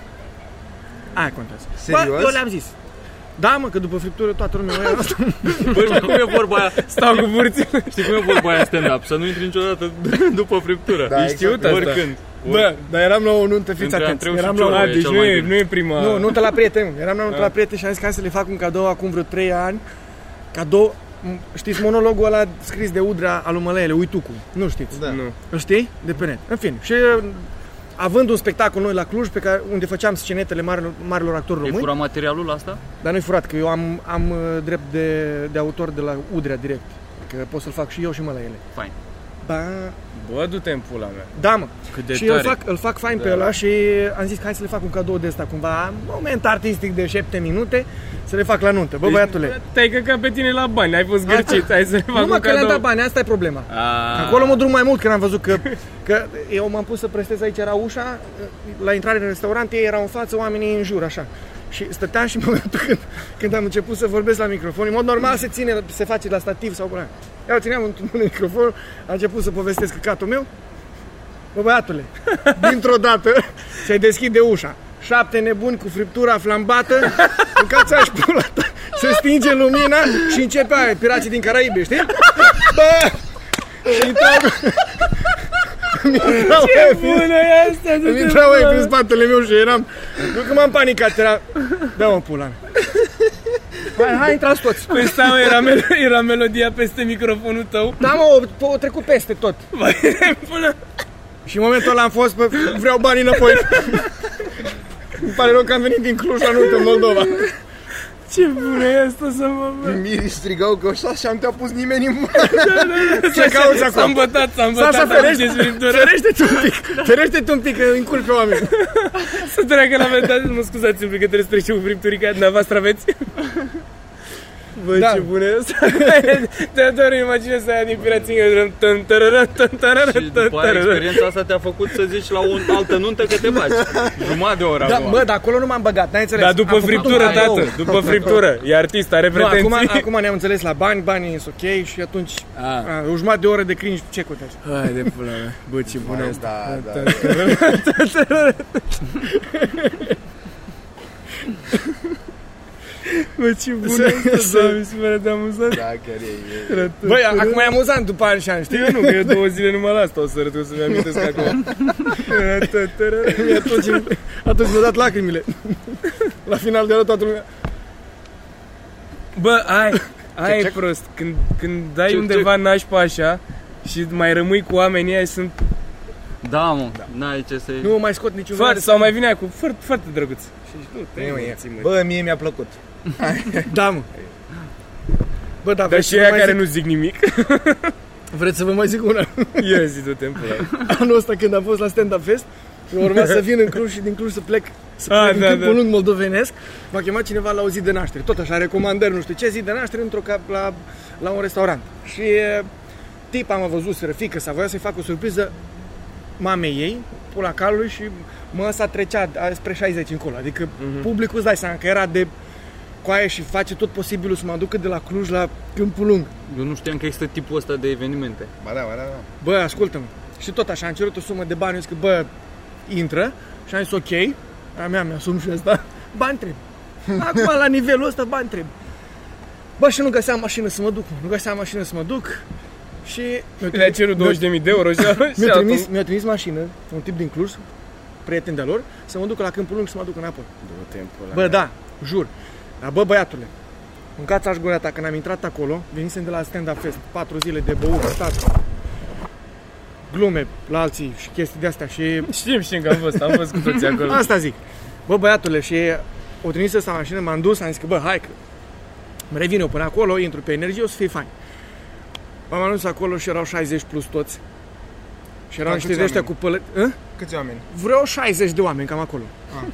D: Aia contează. Bă,
A: Serios?
D: eu le-am zis. Da, mă, că după friptură toată lumea era asta.
C: Bă, știi cum e vorba aia?
B: Stau cu burțile.
C: Știi cum e vorba aia stand-up? Să nu intri niciodată după friptură.
A: Da,
B: Ești știut
A: exact.
B: asta.
C: Oricând.
D: Bă, Da, dar eram la o nuntă, fiți
C: Între
D: atenți.
C: Andreu și
D: Eram la
C: Ciorul.
D: o...
B: A,
C: e
B: deci
C: cel
B: nu
C: mai
B: e,
C: bine.
B: nu e prima...
D: Nu, nuntă la prieten. Eram
C: Ah.
D: la nuntă la prieten și am zis că hai să le fac un cadou acum vreo 3 ani. Cadou, m- știți monologul ăla scris de Udra al lui Mălele, uitucu. Nu știți.
A: Da.
B: Nu.
D: Îl știi? De pe net. În fine. Și eh, având un spectacol noi la Cluj, pe care, unde făceam scenetele marilor, marilor actori
C: E
D: români,
C: fura materialul la asta?
D: Dar nu-i furat, că eu am, am uh, drept de, de autor de la Udrea direct. Că pot să-l fac și eu și mă la ele.
C: Fain.
D: Ba,
B: Bă, du-te în pula mea.
D: da, mă.
C: Cât de
D: și eu
C: tare. Da.
D: îl fac, îl fac fain pe ăla și am zis că hai să le fac un cadou de ăsta cumva, moment artistic de 7 minute, să le fac la nuntă. Bă, băiatule,
B: Te-ai căcat pe tine la bani, ai fost gârcit, hai să ne fac
D: numai
B: un
D: că le-am dat
B: cadou.
D: bani, asta e problema.
C: A,
D: Acolo mă duc mai mult când am văzut că, că eu m-am pus să prestez aici, era ușa, la intrare în restaurant, ei erau în față, oamenii în jur, așa. Și stăteam și în momentul când, când am început să vorbesc la microfon, în mod normal se ține, se face la stativ sau până Eu țineam într-un microfon, a început să povestesc căcatul meu. Bă, băiatule, dintr-o dată se deschide ușa. Șapte nebuni cu friptura flambată, în cața și pula ta, se stinge lumina și începe aia, pirații din Caraibe, știi? Bă! Și intrau... Mi intrau aia prin-
B: Bună e asta,
D: îmi
B: du-te în
D: intrau
B: pula
D: aia
B: mea.
D: prin spatele meu și eram... Nu că m-am panicat, era... Da, mă, pula mea. Hai, hai, intrați toți.
B: Păi stau, era, mel- era melodia peste microfonul tău.
D: Da, mă, o, o trecut peste tot.
B: Vai, până...
D: Și în momentul ăla am fost pe vreau banii înapoi. Îmi pare rău că am venit din Cluj la nuntă în Moldova.
B: Ce bună e asta să mă... bă.
A: Miri strigau că așa și am te-a pus nimeni în mână.
D: Ce cauți
B: S-a
D: acum?
B: îmbătat, s-a îmbătat.
D: Sasa,
B: am
D: ferește,
B: desfripturat.
D: ferește-te un pic, ferește-te Da. un pic, că încurc pe oameni.
B: Să treacă la mental, mă scuzați un pic că trebuie să trecem cu fripturica dumneavoastră aveți. Bă,
D: Da.
B: ce bună e asta. Te doar îmi imaginez aia din pirații în tân tarară, tân tarară,
C: Și
B: tân
C: după aia
B: tarară.
C: experiența asta te-a făcut să zici la o altă nuntă că te baci. Jumătate de oră
D: Da,
C: acum.
D: mă, dar acolo nu m-am băgat, n-ai înțeles.
B: Dar după
D: Am făcut un
B: friptură,
D: cadou.
B: tată, după friptură. E artist, are
D: Nu, acum,
B: pretenții.
D: acum ne-am înțeles la bani, banii sunt ok și atunci
B: Ah.
D: a, o jumătate de oră de cringe, ce contează?
B: Hai de pula mea. Bă, ce bună e asta.
A: Da, da.
B: Bă, ce bună e asta, da, mi se pare de amuzant.
A: Da, chiar e. e.
D: Băi, acum e amuzant după ani și ani, știi?
B: Eu nu, că eu două zile numai la asta o să râd, o să-mi amintesc acum. Tarară.
D: Atunci, atunci mi-au dat lacrimile. La final de oră toată lumea.
B: Bă, ai, ai e prost. Când, când dai
C: Ce-
B: undeva nașpa așa și mai rămâi cu oamenii aia și sunt...
C: Da, mă. N-ai ce să
D: Nu mai scot niciun
B: Foarte, sau mai vine aia cu foarte, foarte drăguț. Și zici, nu, te
A: Nu e.
B: ții, mă.
A: Bă, mie mi-a plăcut.
D: Da, mă. Bă, da,
B: Dar
D: vreți
B: și
D: să vă
B: aia
D: mai
B: care
D: zic,
B: nu zic nimic.
D: vreți să vă mai zic una.
B: Eu zic, du-te în pula.
D: Anul ăsta când am fost la Stand Up Fest, eu urma să vin în Cluj și din Cluj să plec să plec
B: Ah,
D: în
B: da,
D: timpul
B: da.
D: lung moldovenesc. M-a chemat cineva la o zi de naștere, tot așa, recomandări, nu știu ce, zi de naștere, într-o cap la, la un restaurant. Și e, tipa m-a văzut sărăfică, s-a voia să-i fac o surpriză mamei ei, pula calului și mă ăsta trecea a- spre 60 încolo. Adică
B: Mhm.
D: publicul îți dai seama că era de coaie și face tot posibilul să mă aducă de la Cluj la Câmpul Lung.
C: Eu nu știam că există tipul ăsta de evenimente.
A: Ba da, ba da, da.
D: Bă, ascultă-mă. Și tot așa, am cerut o sumă de bani, eu zic că, bă, intră. Și am zis, ok, a mea, mi-asum și asta. Bani trebuie. Acum, la nivelul ăsta, bani trebuie. Bă, și nu găseam mașină să mă duc, mă. nu găseam mașină să mă duc. Și mi-a
B: Le-a
D: trimis,
B: cerut 20.000 de euro și și
D: mi-a trimis,
B: atunci-
D: mi-a trimis mașină, un tip din Cluj, prieten de-a lor, să mă duc la Câmpul Lung și să mă duc înapoi. Bă, da, jur. Dar bă, băiatule, mâncați aș gura ta, când am intrat acolo, venisem de la Stand Up Fest, patru zile de băut, stat, glume la alții și chestii de-astea și...
B: Știm, știm că am fost, am fost cu toții acolo.
D: Asta zic. Bă, băiatule, și o trimis asta mașină, m-am dus, am zis că, bă, hai că îmi revin eu până acolo, intru pe energie, o să fie fain. M-am ajuns acolo și erau 60 plus toți. Și erau
A: Dar
D: niște
A: câți
D: de ăștia cu
A: oameni?
D: pălă... Hă?
A: Câți oameni?
D: Vreau 60 de oameni, cam acolo.
A: Ah.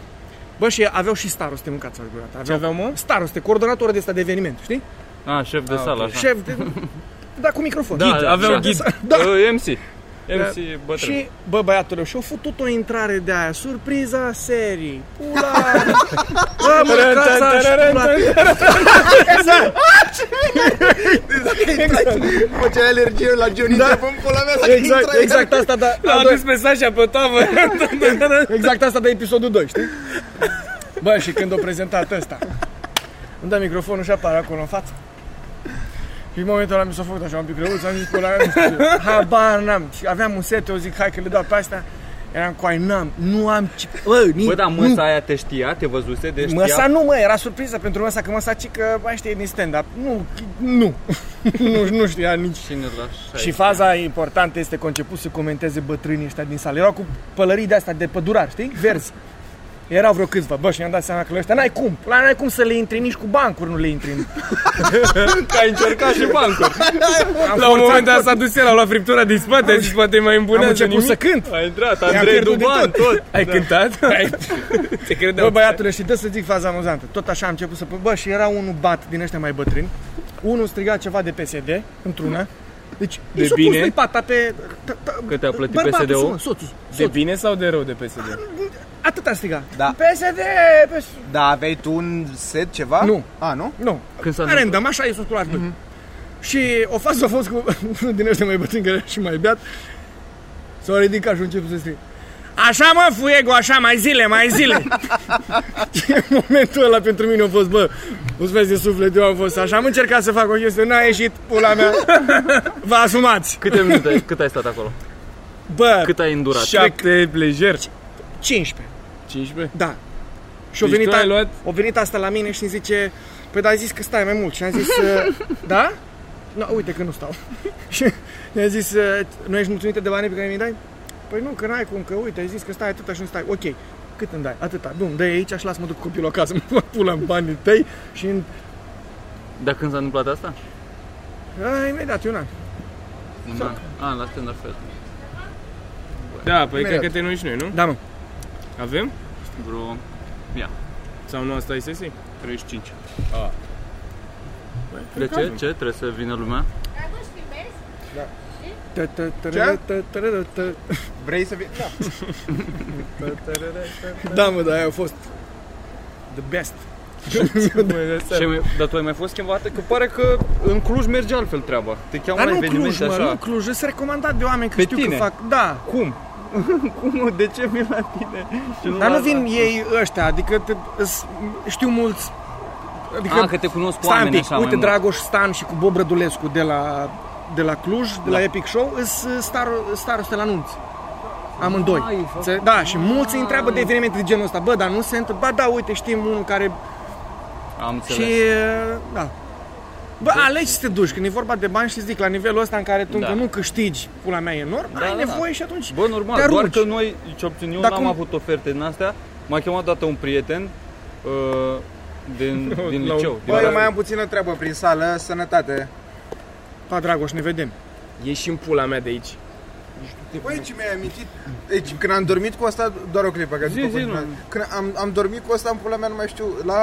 D: Bă, și aveau și staroste mâncați al gura.
B: Ce aveau, mă?
D: Staroste, coordonator de ăsta de eveniment, știi?
C: A, șef de sală, așa.
D: Șef de... Da, cu microfon.
C: Ah. Da,
D: Ghid.
C: aveau
D: Șef de
C: ghid.
D: sală. Da.
C: Da. MC. MC bătrân.
D: Și, bă, băiatule, și-au făcut o intrare de aia, surpriza serii, pula, bă, mâncați aș
A: Exact. Face alergie la Johnny Depp în pula mea să
D: Da. Exact, exact asta, da,
B: L-a
D: a doi-
B: adus pe Sasha pe tavă.
D: exact asta de episodul 2, știi? Bă, și când o prezentat ăsta, îmi dă microfonul și apare acolo în față. Și în momentul ăla mi s-a făcut așa un pic răuț, am zis, pula mea, nu știu ce. habar n-am. Și aveam un set, eu zic, hai că le dau pe astea. Eram cu ai, n-am, nu am ce... Bă, da, nici,
C: Bă, dar
D: nu
C: măsa aia te știa, te văzuse, de știa.
D: Măsa nu, mă, era surpriză pentru măsa, că măsa ci că, mai știi, din stand-up. Nu, nu, nu, nu știa nici.
C: Cine l-așa
D: Și faza importantă este că au început să comenteze bătrânii ăștia din sală. Erau cu pălării de-astea de pădurar, știi? Verzi. Erau vreo câțiva, bă, și mi-am dat seama că la ăștia n-ai cum. La n-ai cum să le intri, nici cu bancuri nu le intri.
C: Că ai încercat și bancul.
B: Da, La un moment dat s-a dus el, a luat friptura din spate, a zis poate mai
D: Am
B: îmbunează
D: început să
B: nimic.
D: cânt.
C: Ai intrat,
D: I-am
C: Andrei
D: pierdut din
C: Duban, tot.
B: Ai cântat? Ai... Te credeam.
D: Bă, băiatule, și dă să zic faza amuzantă. Tot așa am început să... Bă, și era unul bat din ăștia mai bătrâni. Unul striga ceva de PSD, într-una. Deci,
B: De
D: de
B: bine?
D: bine. pata pe... ta- ta-
C: Că te-a plătit
D: bărbatul,
C: PSD-ul?
D: mă, Soțul.
B: De bine sau de rău de PSD?
D: Atâta striga.
A: Da.
D: PSD, PSD.
A: Da, aveai tu un set, ceva?
D: Nu.
A: A, nu?
D: Nu,
C: Când s-a
D: Random, așa e soțulat lui. Și o fază a fost cu unul din ăștia mai bătrân care era și mai beat. S-a ridicat și a început să strige. Așa mă, Fuego, așa, mai zile, mai zile. și în momentul ăla pentru mine a fost, bă, mulțumesc de suflet, eu am fost așa. Am încercat să fac o chestie, n-a ieșit, pula mea. Vă asumați.
C: Câte minute, ai- cât ai stat acolo?
D: Bă,
C: Cât ai îndurat?
B: 7 lejer.
D: 15,
B: 15?
D: da. Și a
B: Deci
D: venit,
B: tu ai
D: a-
B: luat-
D: a venit asta la mine și îmi zice, păi dar ai zis că stai mai mult. Și am zis, "Uh, da? No, uite că nu stau. și mi-a zis, "Uh, nu ești mulțumită de banii pe care mi-i dai? Păi nu, că n-ai cum, că uite, ai zis că stai atâta și nu stai. Ok, cât îmi dai? Atâta. Bun, dă aici și las mă duc cu copilul acasă, mă fac pula în banii tăi și în...
C: Dar când s-a întâmplat asta?
D: A, imediat, e un an.
C: Un an. A, Da. Ah, la stand-up fest.
B: Da, păi
D: Imediat.
B: cred că te noi și noi, nu?
D: Da, mă.
B: Avem?
C: Vreo
B: Sau nu asta e sesi?
C: 35.
B: Băi,
C: De
B: cred că
C: ce?
B: avem.
C: Ce? Trebuie să vină lumea?
E: Agus, filmezi?
D: Tă, tă, tărără, tă, tărără, tă.
A: Vrei să vii? Da.
D: Da, mă, dar aia a fost the best.
B: Bă, de
C: Ce mai, dar tu ai mai fost cândva Că pare că în Cluj merge altfel treaba. Te cheamă
D: Dar
C: la
D: nu
C: evenimente
D: Cluj, mă,
C: așa.
D: nu Cluj, sunt recomandat de oameni că
C: Pe
D: știu
C: tine.
D: că fac... Da,
C: Cum? Cum? De ce vin la tine? Și
D: Dar
C: la-
D: nu vin ei ăștia, adică te, îs- știu mulți Adică
C: A, Ah, că te cunosc cu
D: stai un
C: oameni
D: pic,
C: așa
D: uite
C: mai mult.
D: Dragoș Stan și cu Bob Rădulescu de la, de la Cluj, de la
C: Da.
D: Epic Show, îs ă, star, staroste la anunț. Amândoi. Înțe- Da, și mulți îi întreabă de evenimente de genul ăsta. Bă, dar nu se întâmplă. Ba da, uite, știm unul care...
C: Am
D: Și...
C: înțeles.
D: da. Bă, alegi să te duci. Când e vorba de bani și zic, la nivelul ăsta în care tu
C: Da.
D: încă nu câștigi, pula mea, enorm,
C: Da,
D: ai
C: da, da.
D: nevoie și atunci...
C: Bă, normal,
D: Te
C: doar
D: arunci.
C: că noi, ce obțin eu,
D: Dar
C: n-am
D: cum-
C: avut oferte din astea. M-a chemat odată un prieten uh, din, din
B: La un-
C: liceu. din
A: Bă, eu
C: Brașov.
A: mai am puțină treabă prin sală, sănătate.
D: Pa, Dragoș, ne vedem.
B: Ieși în pula mea de aici.
A: Păi ce mi-ai amintit? Deci când am dormit cu asta, doar o clipă, că
C: Zi,
A: după
C: zi,
A: continuare.
C: nu.
A: Când am, am dormit cu asta, în pula mea, nu mai știu, la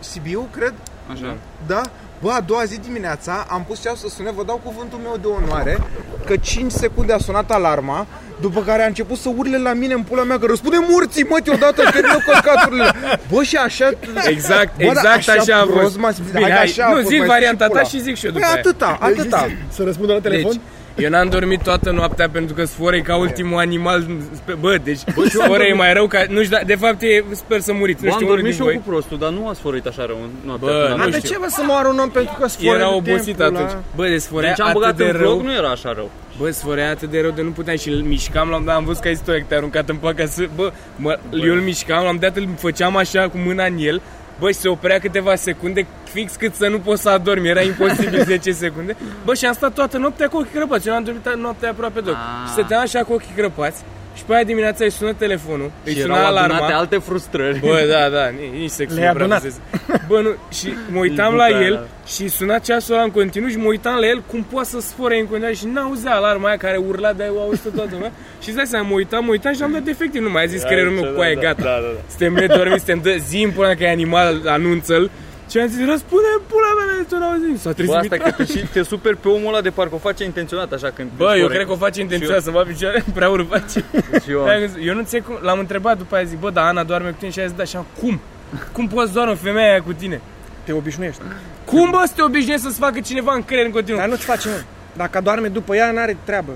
A: Sibiu, cred,
C: Așa.
A: da? Bă, a doua zi dimineața am pus ceasul să sune, vă dau cuvântul meu de onoare, că 5 secunde a sunat alarma, după care a început să urle la mine în pula mea, că răspunde morții, mă, odată, își termină căcaturile. Bă, și
D: Păi,
A: așa...
B: Exact,
A: Bă, dar
B: exact așa a
A: prost
B: fost.
A: m-a simțit.
B: Bine,
A: Hai,
B: hai,
A: așa a
B: nu,
A: fost,
B: zi
A: mai
B: varianta
A: pula.
B: ta și zic și eu
A: Păi
B: după aia.
A: atâta, atâta.
D: Să răspundă la telefon?
B: Deci, eu n-am dormit toată noaptea pentru că sfore ca ultimul animal spe- Bă, deci sfore e mai rău ca... Nu știu, da- de fapt e, sper să muriți Nu
C: Bă, am
B: știu, unul din
C: dormit și eu
B: voi
C: cu prostul, dar nu a sfărâit așa rău noaptea.
B: Bă,
C: când am
B: nu
D: Dar
C: dormit.
D: de
B: știu.
D: ce vă să moară un om pentru că sforă
B: Era
D: de
B: obosit
D: timpul
B: atunci
D: ăla?
B: Bă, de sforea
C: Deci am
B: atât
C: băgat
B: de
C: în vlog,
B: rău
C: nu era așa rău.
B: Bă, sforea atât de rău de nu puteai și îl mișcam l-am, Am văzut că ai zis tu că te-ai aruncat în paca să... Bă, mă, eu îl mișcam, l-am dat, îl făceam așa cu mâna în el Bă, și se oprea câteva secunde fix cât să nu poți să adormi, era imposibil 10 secunde. Bă, și am stat toată noaptea cu ochii crăpați, eu n-am dormit noaptea aproape deloc.
C: Ah.
B: Și stăteam așa cu ochii crăpați Și pe aia dimineața îi sună telefonul, îi
C: Și
B: sună
C: erau adunate
B: alarma.
C: alte frustrări.
B: Bă, da, da, ni- nici sexul
D: Le-ai
B: nu prea
D: adunat.
B: fusese. Bă, nu, și mă uitam
C: Îl
B: la
C: ducea
B: el
C: la-
B: și suna ceasul ăla în continuu și mă uitam la el cum poate să sfore în continuare și n-auzea alarma aia care urla de o auzit toată lumea. Și îți dai seama, mă uitam, mă uitam și am dat defectiv, nu mai a zis creierul meu, cu aia e gata.
C: Da, da, da.
B: Suntem nedormiți, suntem de zi în pula mea că e animal, anunță-l. Și am zis, răspunde în pula mea, tu n-auzim, s-a
C: Bă, asta
B: trezit.
C: că tu și te super pe omul ăla de parcă o face intenționat așa când
B: Bă, eu cred că o face intenționat să mă picioare, prea urbace.
C: și Deci eu
B: Da, Eu nu înțeleg cum, l-am întrebat după aia, zic, bă, da, Ana doarme cu tine și a zis, da, și am, cum? Cum poți doarme femeia aia cu tine?
D: Te obișnuiești.
B: Cum bă să te obișnuiești să-ți facă cineva în creier în continuu?
D: Dar nu-ți face, mă. Dacă doarme după ea, n-are treabă.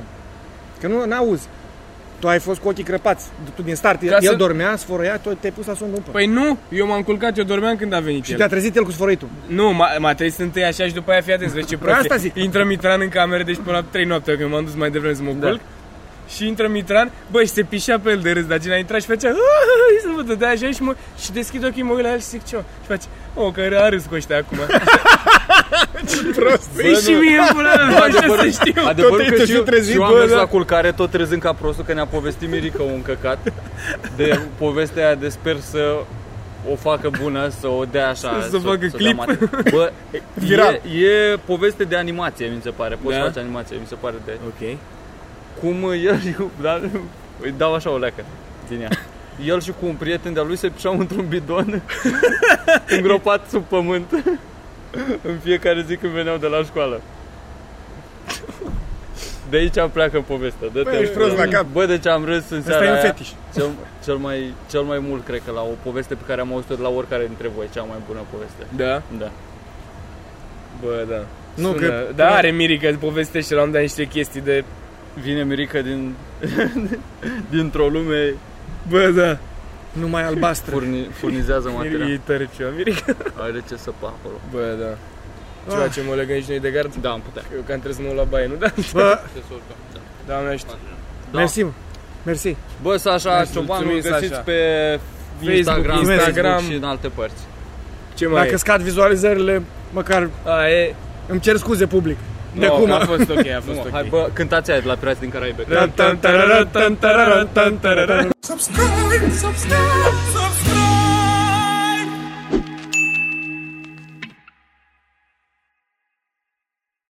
D: Că nu n-auzi. Tu ai fost cu ochii crăpați. Tu din start, el,
B: Ca să-
D: el dormea, sfărăia, tu te-ai pus la somn după.
B: Păi nu, eu m-am culcat, eu dormeam când a venit
D: și
B: el.
D: te-a trezit el cu sfărăitul.
B: Nu, m-a, m-a trezit întâi așa și după aia fii atent, să vezi ce prost
D: Păi Asta
B: e.
D: zic.
B: Intră Mitran în cameră, deci până la 3 noaptea când m-am dus mai devreme să mă
D: Da.
B: culc. Și intră Mitran, bă, și se pișea pe el de râs, dar cine a intrat și făcea "Aaah!" să mă dădea așa și, mă, și deschid ochii, mă uit la el și zic ce Și face, o, oh, că a râs cu ăștia acum
D: Prost.
B: Păi și mie, până la așa să știu
C: Adevărul
D: Tot
C: că
D: te-ai
C: și eu,
D: trezit,
C: și eu am
D: bă,
C: mers
D: da.
C: la culcare tot trezând ca prostul că ne-a povestit Mirica un căcat de povestea aia de sper să o facă bună, să o dea așa
B: Să- să facă
C: dea
B: clip.
C: mate. Bă,
D: Viral.
C: e, e, poveste de animație, mi se pare Poți
B: Da?
C: da? face animație, mi se pare de
B: Ok
C: Cum el, da, îi dau așa o leacă din ea el și cu un prieten de-a lui se pișau într-un bidon îngropat sub pământ în fiecare zi când veneau de la școală. De aici pleacă povestea. Dă
A: Băi, ești prost la cap.
C: Bă, deci am râs în
D: Asta
C: seara
D: e un
C: aia
D: fetiș.
C: cel, cel, mai, cel mai mult, cred că, la o poveste pe care am auzit-o de la oricare dintre voi. Cea mai bună poveste.
B: Da?
C: Da.
B: Bă, da
D: Nu,
B: Sună-
D: că-
B: Da, are Mirica, povestește la un dat niște chestii de
C: Vine Mirica din, dintr-o lume,
B: Bă, da
D: Numai albastră.
C: furni, furnizează
B: E
C: material.
D: Da.
B: tare ceva, Mirica
C: Are ce să pa acolo.
B: Bă, da Ceva
D: Ah.
B: ce mă legăm și noi de gard
C: Da, am putea.
B: Eu cam trebuie să mă uit la baie, nu? Da,
D: Bă,
B: da, Păi- mi
C: Da.
D: mersi, mă. Mersi.
C: Bă, Sasha
B: Mersi,
C: Cioban, îl
B: mulțumim,
C: găsiți
B: Sasha.
C: pe
B: Facebook,
C: Instagram,
B: Instagram.
C: Facebook și în alte părți.
B: Ce mai
D: Dacă scad vizualizările, măcar
B: e? A, e...
D: îmi cer scuze public. De
B: No,
D: cum?
B: A fost ok, a fost
C: Nu,
B: ok
C: hai, bă, cântați aia de la Pirați
B: Da,
C: din Caraibe.
D: Tan, tan, tarara, tan, tarara, tan, tarara.
E: subscribe, subscribe, subscribe.